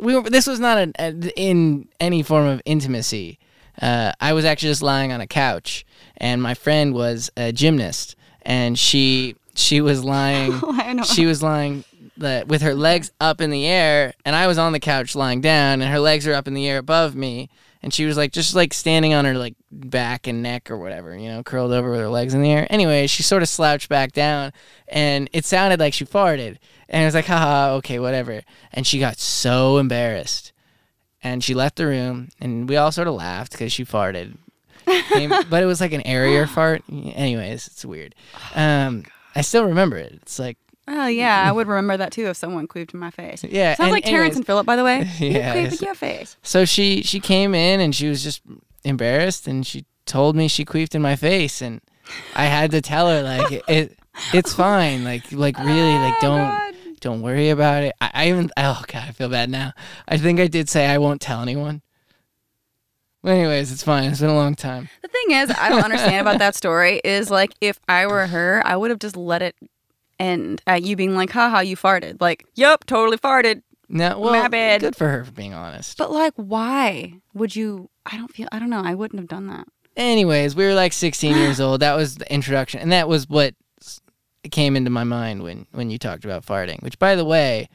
[SPEAKER 2] we were, this was not an, an, in any form of intimacy. Uh, I was actually just lying on a couch and my friend was a gymnast and she she was lying
[SPEAKER 1] I know.
[SPEAKER 2] she was lying the, with her legs up in the air, and I was on the couch lying down, and her legs are up in the air above me, and she was like just like standing on her like back and neck or whatever, you know, curled over with her legs in the air. Anyway, she sort of slouched back down, and it sounded like she farted, and I was like, haha, okay, whatever, and she got so embarrassed, and she left the room, and we all sort of laughed because she farted. Came- but it was like an airier fart. Anyways, it's weird. Um, I still remember it. It's like
[SPEAKER 1] Oh yeah, I would remember that too if someone queefed in my face.
[SPEAKER 2] Yeah,
[SPEAKER 1] sounds
[SPEAKER 2] and
[SPEAKER 1] like Terrence
[SPEAKER 2] anyways-
[SPEAKER 1] and Philip, by the way. You
[SPEAKER 2] Yeah,
[SPEAKER 1] queefed
[SPEAKER 2] it's-
[SPEAKER 1] in your face.
[SPEAKER 2] So she she came in and she was just embarrassed and she told me she queefed in my face and I had to tell her like it, it's fine like like really like don't
[SPEAKER 1] Oh, God.
[SPEAKER 2] don't worry about it. I, I even oh god I feel bad now. I think I did say I won't tell anyone. Well, anyways, it's fine. It's been a long time.
[SPEAKER 1] The thing is, I don't understand about that story is like if I were her, I would have just let it end at you being like, haha, you farted. Like, yep, totally farted.
[SPEAKER 2] No, well,
[SPEAKER 1] bad.
[SPEAKER 2] good for her for being honest.
[SPEAKER 1] But like why would you I don't feel I don't know, I wouldn't have done that.
[SPEAKER 2] anyways, we were like 16 years old. That was the introduction, and that was what s- came into my mind when when you talked about farting. Which, by the way,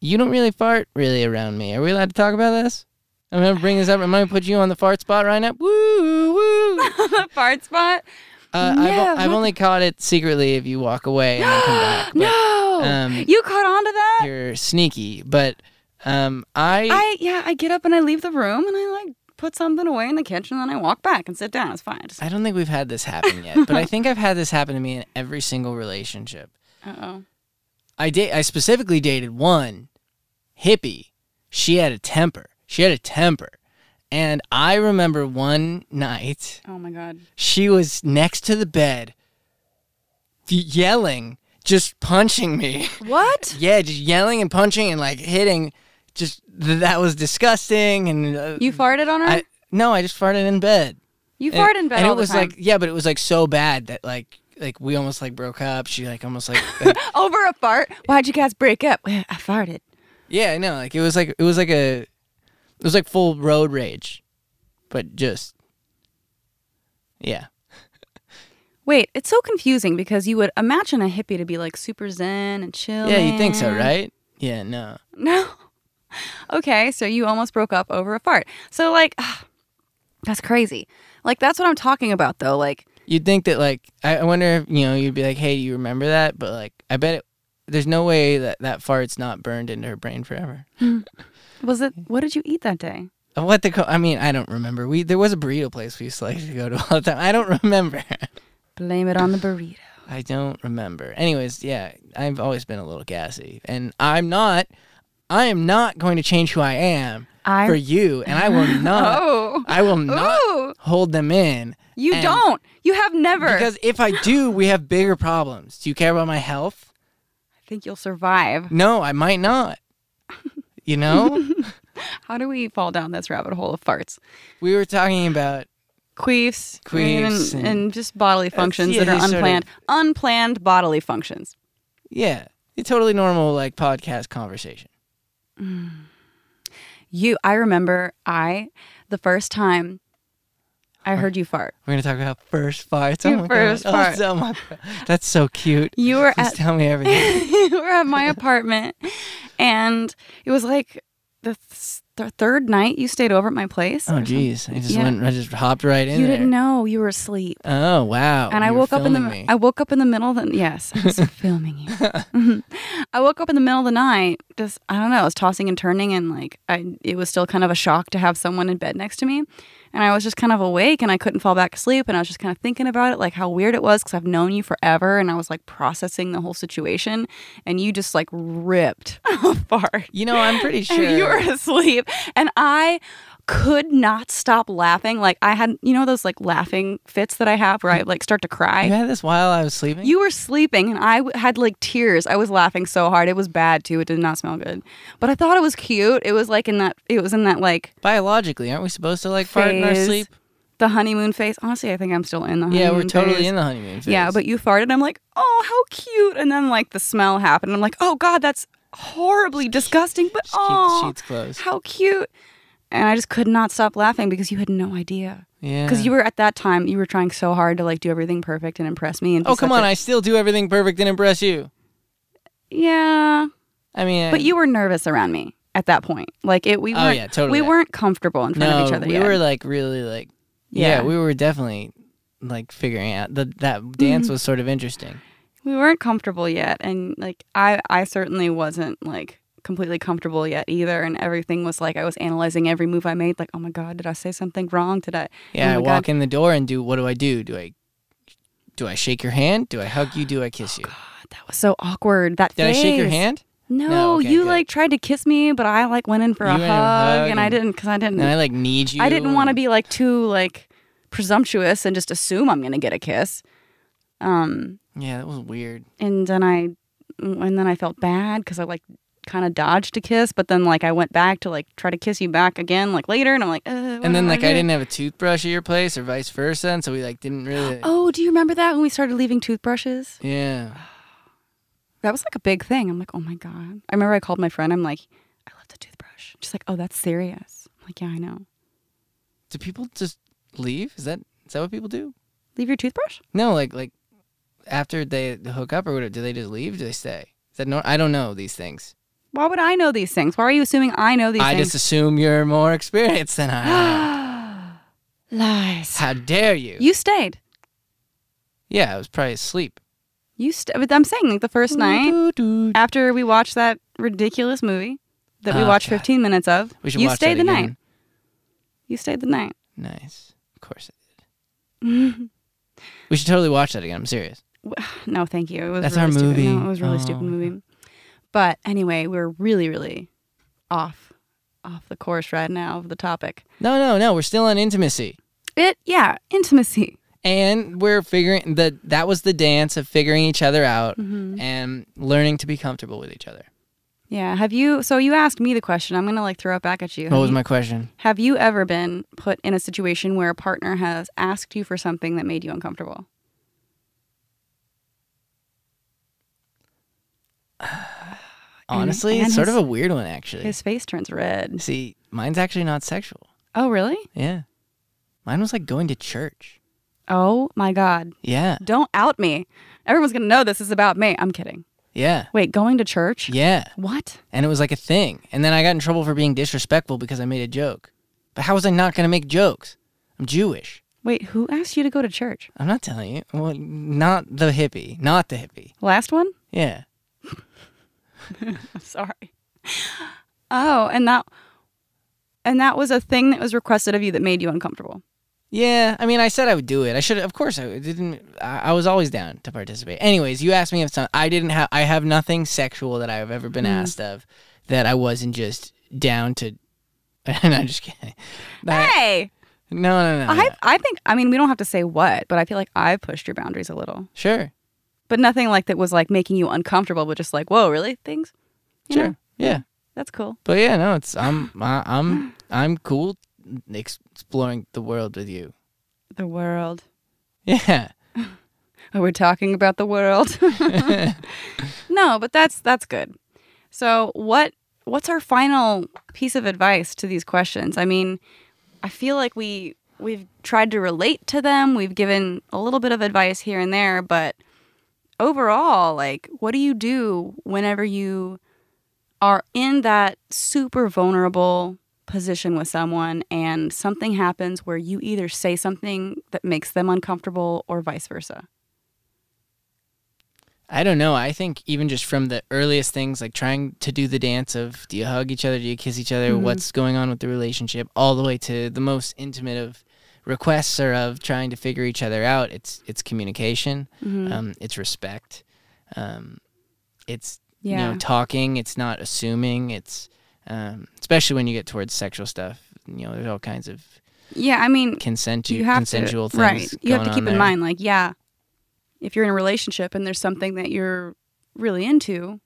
[SPEAKER 2] you don't really fart really around me. Are we allowed to talk about this? I'm gonna bring this up. I'm gonna put you on the fart spot right now. Woo woo.
[SPEAKER 1] the fart spot?
[SPEAKER 2] Uh,
[SPEAKER 1] No,
[SPEAKER 2] I've,
[SPEAKER 1] what
[SPEAKER 2] I've only caught it secretly if you walk away and then come back. But
[SPEAKER 1] No.
[SPEAKER 2] um,
[SPEAKER 1] you caught on to that?
[SPEAKER 2] You're sneaky, but um, I,
[SPEAKER 1] I yeah, I get up and I leave the room and I like put something away in the kitchen and then I walk back and sit down. It's fine. Just,
[SPEAKER 2] I don't think we've had this happen yet, but I think I've had this happen to me in every single relationship.
[SPEAKER 1] uh-oh.
[SPEAKER 2] I date. I specifically dated one hippie. She had a temper. She had a temper, and I remember one night
[SPEAKER 1] Oh my god.
[SPEAKER 2] she was next to the bed, y- yelling, just punching me.
[SPEAKER 1] What?
[SPEAKER 2] yeah, just yelling and punching and like hitting. Just th- that was disgusting. And uh,
[SPEAKER 1] You farted on her?
[SPEAKER 2] I no, I just farted in bed.
[SPEAKER 1] you
[SPEAKER 2] And-
[SPEAKER 1] farted in bed
[SPEAKER 2] And
[SPEAKER 1] all
[SPEAKER 2] it
[SPEAKER 1] the
[SPEAKER 2] was
[SPEAKER 1] time.
[SPEAKER 2] like yeah, but it was like so bad that like like we almost like broke up. She like almost like- like
[SPEAKER 1] over a fart. Why'd you guys break up? I farted.
[SPEAKER 2] Yeah, I know. Like it was like it was like a it was like full road rage. But just Yeah.
[SPEAKER 1] Wait, it's so confusing because you would imagine a hippie to be like super zen and chill.
[SPEAKER 2] Yeah, you think so, right? Yeah, no.
[SPEAKER 1] No. Okay, so you almost broke up over a fart. So like that's crazy. Like that's what I'm talking about though. Like
[SPEAKER 2] You'd think that like I I wonder if you know, you'd be like, Hey, do you remember that? But like I bet it there's no way that that fart's not burned into her brain forever.
[SPEAKER 1] was it what did you eat that day?
[SPEAKER 2] Uh, What the co- I mean, I don't remember. We there was a burrito place we used to like to go to all the time. I don't remember.
[SPEAKER 1] Blame it on the burrito.
[SPEAKER 2] I don't remember. Anyways, yeah, I've always been a little gassy, and I'm not. I am not going to change who I am
[SPEAKER 1] I
[SPEAKER 2] for you, and I will not.
[SPEAKER 1] Oh.
[SPEAKER 2] I will not
[SPEAKER 1] Ooh.
[SPEAKER 2] hold them in.
[SPEAKER 1] You
[SPEAKER 2] and-
[SPEAKER 1] don't. You have never.
[SPEAKER 2] Because if I do, we have bigger problems. Do you care about my health?
[SPEAKER 1] I think you'll survive.
[SPEAKER 2] No, I might not. You know,
[SPEAKER 1] How do we fall down this rabbit hole of farts?
[SPEAKER 2] we were talking about
[SPEAKER 1] Queefs,
[SPEAKER 2] Queefs
[SPEAKER 1] and,
[SPEAKER 2] and-
[SPEAKER 1] and just bodily functions
[SPEAKER 2] yeah,
[SPEAKER 1] that are
[SPEAKER 2] they sort of-
[SPEAKER 1] unplanned. Unplanned bodily functions.
[SPEAKER 2] yeah, a totally normal like podcast conversation.
[SPEAKER 1] You, I remember I, the first time I heard you fart,
[SPEAKER 2] We're gonna talk about first farts.
[SPEAKER 1] Your
[SPEAKER 2] oh my
[SPEAKER 1] first
[SPEAKER 2] god,
[SPEAKER 1] fart.
[SPEAKER 2] Oh, so my, that's so cute.
[SPEAKER 1] you were
[SPEAKER 2] Please
[SPEAKER 1] at
[SPEAKER 2] tell me everything.
[SPEAKER 1] we were at my apartment, and it was like the th- th- third night you stayed over at my place.
[SPEAKER 2] Oh
[SPEAKER 1] or something.
[SPEAKER 2] jeez, I just
[SPEAKER 1] Yeah.
[SPEAKER 2] went. I just hopped right in.
[SPEAKER 1] you
[SPEAKER 2] there.
[SPEAKER 1] didn't know you were asleep,
[SPEAKER 2] Oh wow.
[SPEAKER 1] and I
[SPEAKER 2] You were
[SPEAKER 1] woke up in the
[SPEAKER 2] filming me.
[SPEAKER 1] I woke up in the middle of the yes, I was filming you. Mhm. I woke up in the middle of the night, just I don't know, I was tossing and turning, and like I, it was still kind of a shock to have someone in bed next to me, and I was just kind of awake, and I couldn't fall back asleep, and I was just kind of thinking about it, like how weird it was because I've known you forever, and I was like processing the whole situation, and you just like ripped a fart.
[SPEAKER 2] you know, I'm pretty sure.
[SPEAKER 1] And you were asleep. And I could not stop laughing. Like I had, you know, those like laughing fits that I have where I like start to
[SPEAKER 2] You
[SPEAKER 1] cry.
[SPEAKER 2] had this while I was sleeping.
[SPEAKER 1] You were sleeping and I w- had like tears. I was laughing so hard. It was bad too. It did not smell good. But I thought it was cute. It was like in that, it was in that like
[SPEAKER 2] Biologically, aren't we supposed to like fart in our
[SPEAKER 1] Phase.
[SPEAKER 2] sleep?
[SPEAKER 1] the honeymoon phase. Honestly, I think I'm still in the honeymoon
[SPEAKER 2] Yeah, we're totally
[SPEAKER 1] phase.
[SPEAKER 2] in the honeymoon phase.
[SPEAKER 1] Yeah, but you farted. I'm like, oh, how cute. And then like the smell happened. I'm like, oh God, that's horribly disgusting. But
[SPEAKER 2] keep
[SPEAKER 1] oh,
[SPEAKER 2] the sheets closed.
[SPEAKER 1] how cute and i just could not stop laughing because you had no idea
[SPEAKER 2] Yeah.
[SPEAKER 1] because you were at that time you were trying so hard to like do everything perfect and impress me and be
[SPEAKER 2] Oh come
[SPEAKER 1] such
[SPEAKER 2] on!
[SPEAKER 1] a-
[SPEAKER 2] I still do everything perfect and impress you.
[SPEAKER 1] yeah
[SPEAKER 2] I mean,
[SPEAKER 1] but you were nervous around me at that point like it we
[SPEAKER 2] Oh,
[SPEAKER 1] weren't
[SPEAKER 2] yeah, totally.
[SPEAKER 1] we weren't comfortable in front
[SPEAKER 2] no,
[SPEAKER 1] of each other
[SPEAKER 2] we
[SPEAKER 1] yet.
[SPEAKER 2] were like really like yeah,
[SPEAKER 1] Yeah.
[SPEAKER 2] we were definitely like figuring out that that
[SPEAKER 1] Mm-hmm.
[SPEAKER 2] dance was sort of interesting.
[SPEAKER 1] we weren't comfortable yet and like i i certainly wasn't like completely comfortable yet either and everything was like i was analyzing every move i made like oh my god did i say something wrong did i
[SPEAKER 2] Yeah,
[SPEAKER 1] oh
[SPEAKER 2] I
[SPEAKER 1] my
[SPEAKER 2] walk
[SPEAKER 1] God.
[SPEAKER 2] in the door and do what do I do? Do I do I shake your hand? Do I hug you?
[SPEAKER 1] Oh,
[SPEAKER 2] Do I kiss you?
[SPEAKER 1] that was so awkward that
[SPEAKER 2] Did I shake your
[SPEAKER 1] phase.
[SPEAKER 2] hand?
[SPEAKER 1] No,
[SPEAKER 2] okay,
[SPEAKER 1] you
[SPEAKER 2] good.
[SPEAKER 1] like tried to kiss me, but I like went in for a
[SPEAKER 2] You
[SPEAKER 1] hug,
[SPEAKER 2] went in a hug
[SPEAKER 1] and, I
[SPEAKER 2] and-
[SPEAKER 1] didn't because I didn't.
[SPEAKER 2] And I like need you.
[SPEAKER 1] I didn't want to
[SPEAKER 2] and-
[SPEAKER 1] be like too like presumptuous and just assume I'm gonna get a kiss. Um,
[SPEAKER 2] Yeah, that was weird.
[SPEAKER 1] and then I, and then I felt bad because I like kind of dodged a kiss, but then like I went back to like try to kiss you back again like later, and I'm like, uh, what
[SPEAKER 2] And then
[SPEAKER 1] do
[SPEAKER 2] like
[SPEAKER 1] do?
[SPEAKER 2] I didn't have a toothbrush at your place or vice versa, and so we like didn't really.
[SPEAKER 1] Oh, do you remember that when we started leaving toothbrushes?
[SPEAKER 2] Yeah.
[SPEAKER 1] That was like a big thing. I'm like, oh my god. I remember I called my friend. I'm like, I left a toothbrush. She's like, oh, that's serious. I'm like, yeah, I know.
[SPEAKER 2] Do people just leave? Is that is that what people do?
[SPEAKER 1] Leave your toothbrush.
[SPEAKER 2] No, like like after they hook up or whatever, do they just leave? Do they stay? Is that no? I don't know these things.
[SPEAKER 1] Why would I know these things? Why are you assuming I know these
[SPEAKER 2] I
[SPEAKER 1] things?
[SPEAKER 2] just uh, assume you're more experienced than I am.
[SPEAKER 1] Lies.
[SPEAKER 2] How dare you?
[SPEAKER 1] You stayed.
[SPEAKER 2] Yeah, I was probably asleep.
[SPEAKER 1] You st- but I'm saying like the first night
[SPEAKER 2] Doo-doo.
[SPEAKER 1] after we watched that ridiculous movie that we
[SPEAKER 2] Oh,
[SPEAKER 1] watched
[SPEAKER 2] God.
[SPEAKER 1] 15 minutes of,
[SPEAKER 2] We should
[SPEAKER 1] you
[SPEAKER 2] watch
[SPEAKER 1] stayed
[SPEAKER 2] that
[SPEAKER 1] the
[SPEAKER 2] again.
[SPEAKER 1] night. You stayed the night.
[SPEAKER 2] Nice. Of course I did. we should totally watch that again. I'm serious.
[SPEAKER 1] No, thank you. It was
[SPEAKER 2] That's
[SPEAKER 1] really
[SPEAKER 2] our
[SPEAKER 1] stupid.
[SPEAKER 2] movie.
[SPEAKER 1] No, it was a really
[SPEAKER 2] Oh,
[SPEAKER 1] stupid
[SPEAKER 2] my
[SPEAKER 1] movie. But anyway, we're really really off off the course right now of the topic.
[SPEAKER 2] No, no, no. We're still on intimacy.
[SPEAKER 1] It yeah, intimacy.
[SPEAKER 2] And we're figuring that that was the dance of figuring each other out and learning to be comfortable with each other.
[SPEAKER 1] Yeah, have you so you asked me the question. I'm going to like throw it back at you.
[SPEAKER 2] What
[SPEAKER 1] Have
[SPEAKER 2] was
[SPEAKER 1] you-
[SPEAKER 2] my question?
[SPEAKER 1] Have you ever been put in a situation where a partner has asked you for something that made you uncomfortable?
[SPEAKER 2] Honestly,
[SPEAKER 1] and
[SPEAKER 2] it's sort
[SPEAKER 1] his-
[SPEAKER 2] of a weird one actually.
[SPEAKER 1] His face turns red.
[SPEAKER 2] See, mine's actually not sexual.
[SPEAKER 1] Oh, really?
[SPEAKER 2] Yeah. Mine was like going to church.
[SPEAKER 1] Oh my God.
[SPEAKER 2] Yeah.
[SPEAKER 1] Don't out me. Everyone's going to know this is about me. I'm kidding.
[SPEAKER 2] Yeah.
[SPEAKER 1] Wait, going to church?
[SPEAKER 2] Yeah.
[SPEAKER 1] What?
[SPEAKER 2] And it was like a thing. And then I got in trouble for being disrespectful because I made a joke. But how was I not going to make jokes? I'm Jewish.
[SPEAKER 1] Wait, who asked you to go to church?
[SPEAKER 2] I'm not telling you. Well, not the hippie. Not the hippie.
[SPEAKER 1] Last one?
[SPEAKER 2] Yeah.
[SPEAKER 1] I'm sorry. Oh, and that and that was a thing that was requested of you that made you uncomfortable.
[SPEAKER 2] Yeah. I mean, I said I would do it. I should. Of course, I didn't. I, I was always down to participate. Anyways, you asked me if some. I didn't have. I have nothing sexual that I've ever been
[SPEAKER 1] Mm.
[SPEAKER 2] asked of that I wasn't just down to. And I'm just kidding. I-
[SPEAKER 1] Hey,
[SPEAKER 2] no, no, no. no.
[SPEAKER 1] Ah! I I think I mean we don't have to say what, but I feel like I've pushed your boundaries a little.
[SPEAKER 2] sure.
[SPEAKER 1] but nothing like that was like making you uncomfortable but just like whoa really things you
[SPEAKER 2] Sure.
[SPEAKER 1] know
[SPEAKER 2] yeah.
[SPEAKER 1] that's cool
[SPEAKER 2] But yeah, no, it's I'm I, I'm I'm cool ex- exploring the world with you.
[SPEAKER 1] the world
[SPEAKER 2] Yeah,
[SPEAKER 1] oh we're talking about the world no but that's that's good so what what's our final piece of advice to these questions? I mean, I feel like we we've tried to relate to them. We've given a little bit of advice here and there, but overall, like what do you do whenever you are in that super vulnerable position with someone and something happens where you either say something that makes them uncomfortable or vice versa?
[SPEAKER 2] I don't know. I think even just from the earliest things, like trying to do the dance of do you hug each other, do you kiss each other,
[SPEAKER 1] Mhm.
[SPEAKER 2] what's going on with the relationship, all the way to the most intimate of requests or of trying to figure each other out. It's it's communication.
[SPEAKER 1] Mhm.
[SPEAKER 2] Um, it's respect. Um, it's
[SPEAKER 1] Yeah.
[SPEAKER 2] you know talking. It's not assuming. It's um, especially when you get towards sexual stuff. You know, there's all kinds of
[SPEAKER 1] yeah, I mean,
[SPEAKER 2] consent
[SPEAKER 1] you have
[SPEAKER 2] consensual
[SPEAKER 1] to,
[SPEAKER 2] things.
[SPEAKER 1] right you have
[SPEAKER 2] going
[SPEAKER 1] to
[SPEAKER 2] on
[SPEAKER 1] keep in
[SPEAKER 2] there.
[SPEAKER 1] mind like yeah if you're in a relationship and there's something that you're really into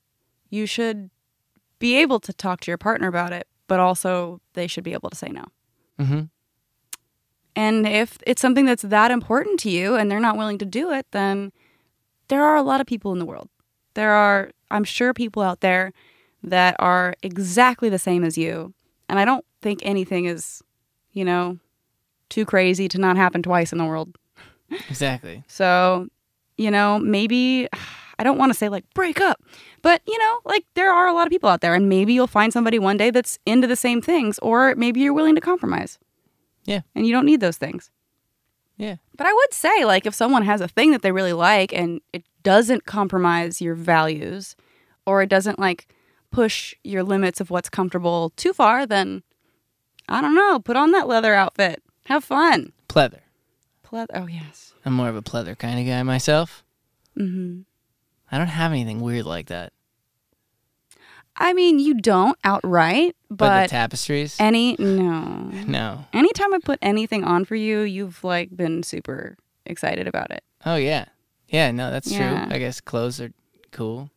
[SPEAKER 1] you should be able to talk to your partner about it but also they should be able to say no
[SPEAKER 2] Mhm.
[SPEAKER 1] and if it's something that's that important to you and they're not willing to do it then there are a lot of people in the world there are i'm sure people out there that are exactly the same as you and i don't think anything is you know too crazy to not happen twice in the world
[SPEAKER 2] Exactly.
[SPEAKER 1] so, you know, maybe I don't want to say like break up, but you know, like there are a lot of people out there, and maybe you'll find somebody one day that's into the same things, or maybe you're willing to compromise.
[SPEAKER 2] Yeah.
[SPEAKER 1] And you don't need those things.
[SPEAKER 2] Yeah.
[SPEAKER 1] But I would say, like, if someone has a thing that they really like and it doesn't compromise your values or it doesn't like push your limits of what's comfortable too far, then I don't know, put on that leather outfit. Have fun.
[SPEAKER 2] Pleather.
[SPEAKER 1] Ple- oh, yes.
[SPEAKER 2] I'm more of a pleather kind of guy myself.
[SPEAKER 1] hmm.
[SPEAKER 2] I don't have anything weird like that.
[SPEAKER 1] I mean, you don't outright,
[SPEAKER 2] But, the
[SPEAKER 1] but,
[SPEAKER 2] tapestries?
[SPEAKER 1] any no.
[SPEAKER 2] no.
[SPEAKER 1] Anytime I put anything on for you, you've like been super excited about it.
[SPEAKER 2] Oh yeah. Yeah, no, that's
[SPEAKER 1] Yeah.
[SPEAKER 2] true. I guess clothes are cool.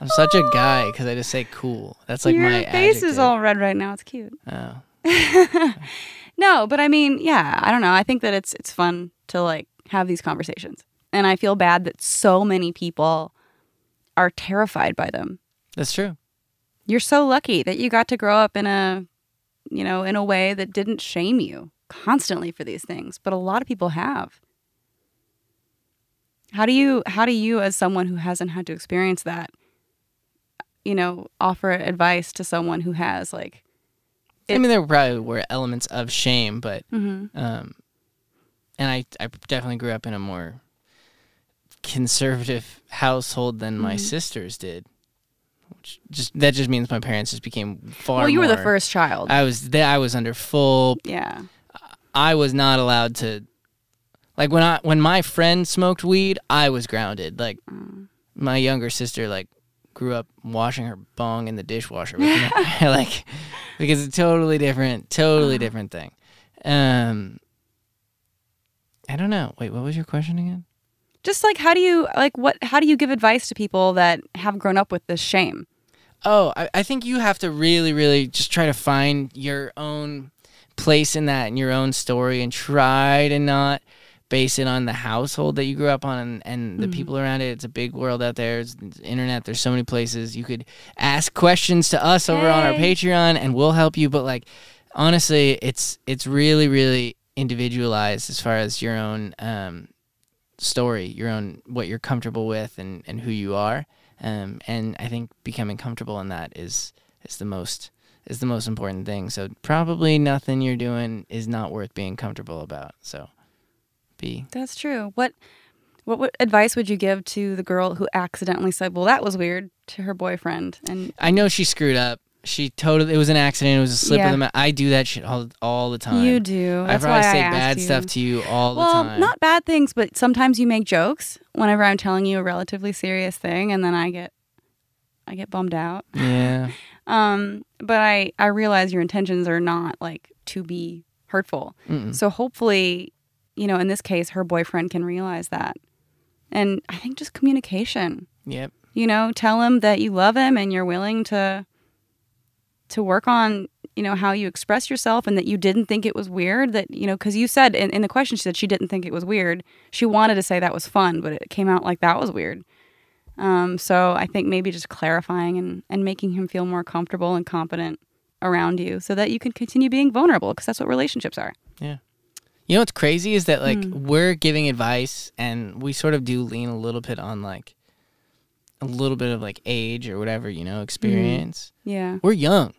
[SPEAKER 2] I'm such a guy because I just say cool. That's like
[SPEAKER 1] Your
[SPEAKER 2] my
[SPEAKER 1] face is
[SPEAKER 2] adjective.
[SPEAKER 1] all red right now. It's cute.
[SPEAKER 2] Oh.
[SPEAKER 1] No, but I mean, yeah, I don't know. I think that it's it's fun to like have these conversations. And I feel bad that so many people are terrified by them.
[SPEAKER 2] That's true.
[SPEAKER 1] You're so lucky that you got to grow up in a you know, in a way that didn't shame you constantly for these things, but a lot of people have. How do you how do you as someone who hasn't had to experience that you know, offer advice to someone who has like
[SPEAKER 2] I mean there probably were elements of shame, but
[SPEAKER 1] mhm
[SPEAKER 2] um and I I definitely grew up in a more conservative household than
[SPEAKER 1] Mm-hmm.
[SPEAKER 2] my sisters did. Which just that just means my parents just became far
[SPEAKER 1] Well, you were the
[SPEAKER 2] more- Uh,
[SPEAKER 1] first child.
[SPEAKER 2] I was there. I was under full.
[SPEAKER 1] yeah.
[SPEAKER 2] I was not allowed to. Like when I when my friend smoked weed, I was grounded. Like my younger sister, like grew up washing her bong in the dishwasher, with me. like because it's a totally different, totally different thing. Um, I don't know. Wait, what was your question again?
[SPEAKER 1] just like how do you like what how do you give advice to people that have grown up with this shame
[SPEAKER 2] Oh, I, I think you have to really, really just try to find your own place in that and your own story and try to not base it on the household that you grew up on and, and the people around it. It's a big world out there. It's the internet. There's so many places. You could ask questions to us over on our
[SPEAKER 1] Hey.
[SPEAKER 2] Patreon and we'll help you. But like honestly, it's it's really, really individualized as far as your own um, story, your own what you're comfortable with and, and who you are. Um, and I think becoming comfortable in that is is the most is the most important thing. So probably nothing you're doing is not worth being comfortable about. So be
[SPEAKER 1] that's true what what, what advice would you give to the girl who accidentally said well that was weird to her boyfriend and
[SPEAKER 2] I know she screwed up. She totally it was an accident. It was a slip
[SPEAKER 1] Yeah.
[SPEAKER 2] of the mouth. I do that shit all all the time.
[SPEAKER 1] you do
[SPEAKER 2] I
[SPEAKER 1] that's
[SPEAKER 2] probably
[SPEAKER 1] why
[SPEAKER 2] say
[SPEAKER 1] I asked
[SPEAKER 2] bad
[SPEAKER 1] you.
[SPEAKER 2] stuff to you all
[SPEAKER 1] well
[SPEAKER 2] the time.
[SPEAKER 1] not bad things but sometimes you make jokes whenever i'm telling you a relatively serious thing and then i get i get bummed out
[SPEAKER 2] yeah.
[SPEAKER 1] um but i i realize your intentions are not like to be hurtful
[SPEAKER 2] Mm-mm.
[SPEAKER 1] So hopefully, you know, in this case, her boyfriend can realize that. And I think just communication.
[SPEAKER 2] Yep.
[SPEAKER 1] You know, tell him that you love him and you're willing to to work on, you know, how you express yourself and that you didn't think it was weird that, you know, cuz you said in, in the question she said she didn't think it was weird. She wanted to say that was fun, but it came out like that was weird. Um, so I think maybe just clarifying and, and making him feel more comfortable and competent around you so that you can continue being vulnerable because that's what relationships are.
[SPEAKER 2] You know what's crazy is that like
[SPEAKER 1] Hmm.
[SPEAKER 2] we're giving advice and we sort of do lean a little bit on like a little bit of like age or whatever, you
[SPEAKER 1] Hmm.
[SPEAKER 2] know, experience.
[SPEAKER 1] Yeah.
[SPEAKER 2] We're young.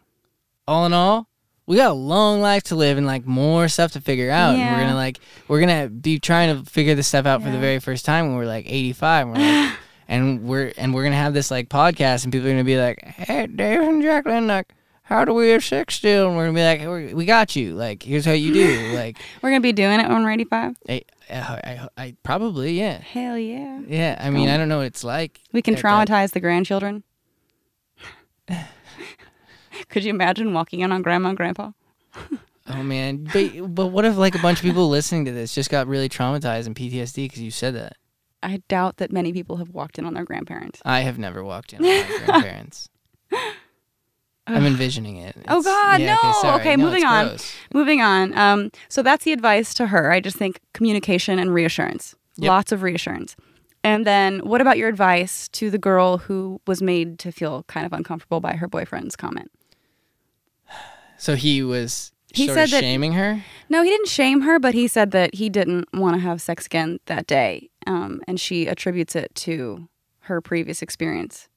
[SPEAKER 2] All in all, we got a long life to live and like more stuff to figure out. And we're
[SPEAKER 1] Yeah.
[SPEAKER 2] gonna like we're gonna be trying to figure this stuff out for the
[SPEAKER 1] Yeah.
[SPEAKER 2] very first time when we're like eighty five and we're like and we're and we're gonna have this like podcast and people are gonna be like, Hey Dave and Jacqueline, like how do we have sex still? And we're gonna be like, "We're- we got you. Like, here's how you do. Like,
[SPEAKER 1] We're going to be doing it when we're 85.
[SPEAKER 2] I, I, I, I probably yeah,
[SPEAKER 1] Hell yeah.
[SPEAKER 2] yeah. I mean,
[SPEAKER 1] Um,
[SPEAKER 2] I don't know what it's like.
[SPEAKER 1] We can
[SPEAKER 2] at that-
[SPEAKER 1] traumatize the grandchildren. Could you imagine walking in on grandma and grandpa?
[SPEAKER 2] Oh man, but but what if like a bunch of people listening to this just got really traumatized and PTSD because you said that?
[SPEAKER 1] I doubt that many people have walked in on their grandparents.
[SPEAKER 2] I have never walked in on my grandparents. I'm envisioning it.
[SPEAKER 1] Oh,
[SPEAKER 2] It's-
[SPEAKER 1] God, no.
[SPEAKER 2] sorry.
[SPEAKER 1] Okay,
[SPEAKER 2] No,
[SPEAKER 1] moving
[SPEAKER 2] it's
[SPEAKER 1] on.
[SPEAKER 2] gross.
[SPEAKER 1] Moving on. Um, so that's the advice to her. I just think communication and reassurance.
[SPEAKER 2] Yep.
[SPEAKER 1] Lots of reassurance. And then what about your advice to the girl who was made to feel kind of uncomfortable by her boyfriend's comment?
[SPEAKER 2] So he was
[SPEAKER 1] He
[SPEAKER 2] sort of
[SPEAKER 1] said that-
[SPEAKER 2] shaming her.
[SPEAKER 1] No, he didn't shame her, but he said that he didn't want to have sex again that day. Um, and she attributes it to her previous experience.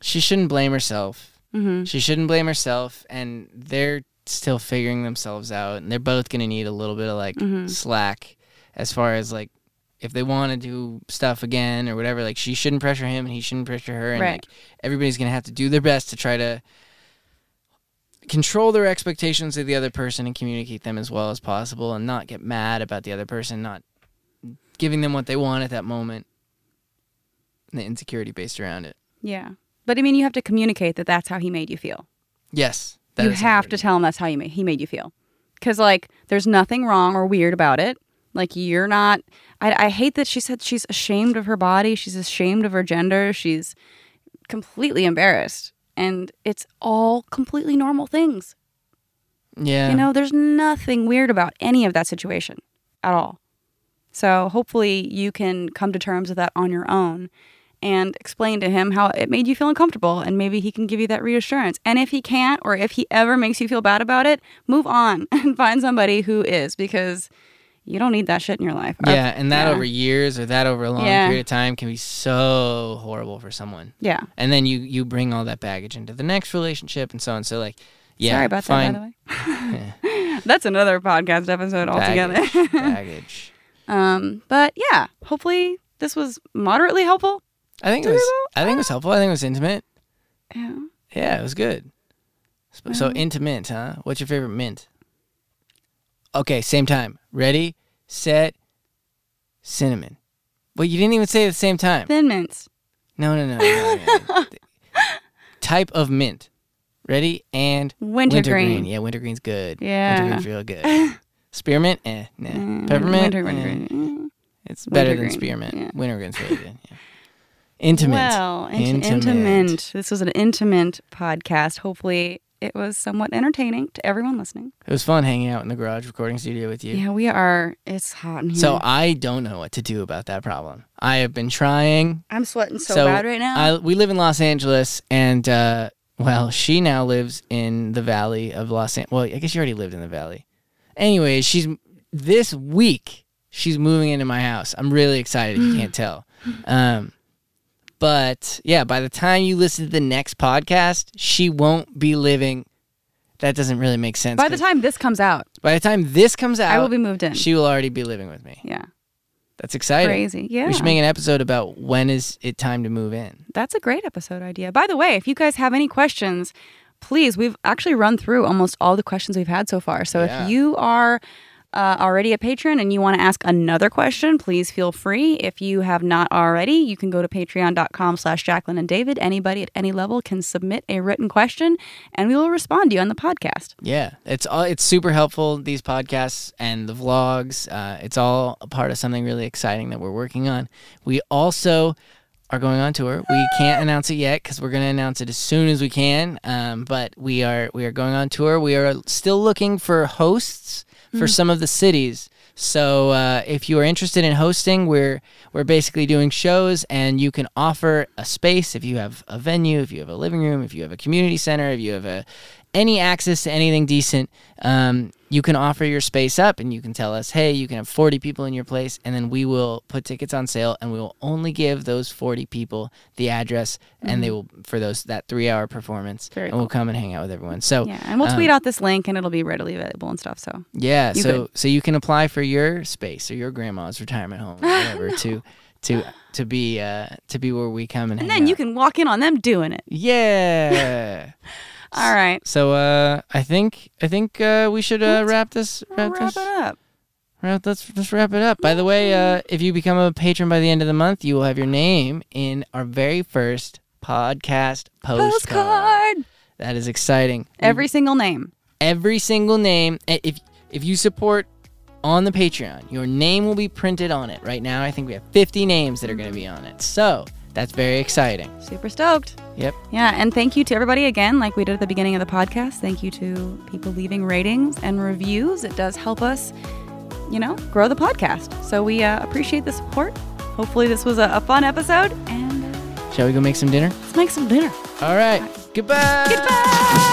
[SPEAKER 2] She shouldn't blame herself.
[SPEAKER 1] hmm
[SPEAKER 2] She shouldn't blame herself, and they're still figuring themselves out, and they're both gonna need a little bit of like
[SPEAKER 1] Mhm.
[SPEAKER 2] slack as far as like if they want to do stuff again or whatever. Like she shouldn't pressure him, and he shouldn't pressure her, and
[SPEAKER 1] Right.
[SPEAKER 2] like everybody's gonna have to do their best to try to control their expectations of the other person and communicate them as well as possible, and not get mad about the other person not giving them what they want at that moment. And the insecurity based around it.
[SPEAKER 1] Yeah. But I mean, you have to communicate that that's how he made you feel.
[SPEAKER 2] Yes, that
[SPEAKER 1] you
[SPEAKER 2] is
[SPEAKER 1] have to
[SPEAKER 2] important.
[SPEAKER 1] tell him that's how you made, he made you feel. Because, like, there's nothing wrong or weird about it. Like, you're not. I, I hate that she said she's ashamed of her body. She's ashamed of her gender. She's completely embarrassed. And it's all completely normal things.
[SPEAKER 2] Yeah,
[SPEAKER 1] You know, there's nothing weird about any of that situation at all. So hopefully you can come to terms with that on your own and explain to him how it made you feel uncomfortable and maybe he can give you that reassurance. And if he can't or if he ever makes you feel bad about it, move on and find somebody who is because you don't need that shit in your life. Uh, Or-
[SPEAKER 2] Yeah, and that
[SPEAKER 1] yeah.
[SPEAKER 2] over years or that over a long
[SPEAKER 1] Yeah.
[SPEAKER 2] period of time can be so horrible for someone.
[SPEAKER 1] yeah.
[SPEAKER 2] And then you you bring all that baggage into the next relationship and so on. So like, yeah,
[SPEAKER 1] Sorry about
[SPEAKER 2] fine.
[SPEAKER 1] that by the way. That's another podcast episode altogether.
[SPEAKER 2] Baggage, baggage.
[SPEAKER 1] um, but yeah, hopefully this was moderately helpful.
[SPEAKER 2] I think it was. I think it was helpful. I think it was intimate.
[SPEAKER 1] Yeah.
[SPEAKER 2] Yeah, it was good. So,
[SPEAKER 1] Mm.
[SPEAKER 2] so intimate, huh? What's your favorite mint? Okay, same time. Ready, set, cinnamon. But you didn't even say it at the same time.
[SPEAKER 1] Thin mints.
[SPEAKER 2] No, no, no. no, no. Type of mint. Ready and
[SPEAKER 1] Wintergreen.
[SPEAKER 2] Yeah, wintergreen's good.
[SPEAKER 1] Yeah.
[SPEAKER 2] Wintergreen's real good. spearmint? Eh, nah.
[SPEAKER 1] Mm,
[SPEAKER 2] Peppermint?
[SPEAKER 1] Wintergreen. Mm.
[SPEAKER 2] Eh,
[SPEAKER 1] wintergreen.
[SPEAKER 2] It's better than
[SPEAKER 1] Wintergreen,
[SPEAKER 2] spearmint.
[SPEAKER 1] yeah.
[SPEAKER 2] Wintergreen's really good. Yeah. Intimate.
[SPEAKER 1] Well, int-
[SPEAKER 2] Intimate.
[SPEAKER 1] intimate. This was an intimate podcast. Hopefully, it was somewhat entertaining to everyone listening.
[SPEAKER 2] It was fun hanging out in the garage recording studio with you.
[SPEAKER 1] Yeah, we are. It's hot in here.
[SPEAKER 2] So I don't know what to do about that problem. I have been trying.
[SPEAKER 1] I'm sweating so,
[SPEAKER 2] so
[SPEAKER 1] bad right now.
[SPEAKER 2] I, we live in Los Angeles, and uh, well, she now lives in the Valley of Los Angeles. Well, I guess she already lived in the Valley. Anyways, she's this week she's moving into my house. I'm really excited. if You can't tell. Um, but yeah, by the time you listen to the next podcast, she won't be living. That doesn't really make sense.
[SPEAKER 1] By the
[SPEAKER 2] 'cause
[SPEAKER 1] time this comes out,
[SPEAKER 2] by the time this comes out,
[SPEAKER 1] I will be moved in.
[SPEAKER 2] Uh, She will already be living with me.
[SPEAKER 1] yeah,
[SPEAKER 2] That's exciting.
[SPEAKER 1] crazy. Yeah,
[SPEAKER 2] We should make an episode about when is it time to move in.
[SPEAKER 1] That's a great episode idea. By the way, if you guys have any questions, please, we've actually run through almost all the questions we've had so far. So
[SPEAKER 2] Yeah.
[SPEAKER 1] if you are uh, already a patron and you want to ask another question, please feel free. If you have not already, you can go to patreon.com slash Jacqueline and David. Anybody at any level can submit a written question and we will respond to you on the podcast.
[SPEAKER 2] Yeah, it's all it's super helpful. These podcasts and the vlogs, uh, it's all a part of something really exciting that we're working on. We also are going on tour. We can't announce it yet because we're going to announce it as soon as we can. Um, but we are we are going on tour. We are still looking for hosts for some of the cities. So uh, if you are interested in hosting, we're we're basically doing shows, and you can offer a space if you have a venue, if you have a living room, if you have a community center, if you have a any access to anything decent. Um, you can offer your space up, and you can tell us, hey, you can have 40 people in your place, and then we will put tickets on sale, and we will only give those 40 people the address, and they will for those that three hour performance,
[SPEAKER 1] Mm-hmm. Very
[SPEAKER 2] and we'll come and hang out with everyone. So
[SPEAKER 1] Yeah, and we'll
[SPEAKER 2] um,
[SPEAKER 1] tweet out this link and it'll be readily available and stuff. So
[SPEAKER 2] yeah,
[SPEAKER 1] You
[SPEAKER 2] so so you can apply for your space or your grandma's retirement home, or whatever, to to to be uh to be where we come
[SPEAKER 1] and
[SPEAKER 2] and, hang
[SPEAKER 1] then you
[SPEAKER 2] out.
[SPEAKER 1] can walk in on them doing it.
[SPEAKER 2] yeah.
[SPEAKER 1] All right,
[SPEAKER 2] so uh, I think I think uh, we should uh, wrap this wrap,
[SPEAKER 1] wrap
[SPEAKER 2] this
[SPEAKER 1] it up.
[SPEAKER 2] wrap let's let's wrap it up. By the way, uh, if you become a patron by the end of the month, you will have your name in our very first podcast postcard.
[SPEAKER 1] Postcard.
[SPEAKER 2] That is exciting. We
[SPEAKER 1] Every single name.
[SPEAKER 2] every single name i- if if you support on the patreon your name will be printed on it right now i think we have 50 names that are going to be on it so that's very exciting
[SPEAKER 1] Super stoked.
[SPEAKER 2] yep
[SPEAKER 1] Yeah, and thank you to everybody again, like we did at the beginning of the podcast. Thank you to people leaving ratings and reviews. It does help us, you know, grow the podcast. So we uh, appreciate the support. Hopefully, this was a, a fun episode, and uh,
[SPEAKER 2] shall we go make some dinner
[SPEAKER 1] let's make some dinner.
[SPEAKER 2] all right goodbye
[SPEAKER 1] Goodbye.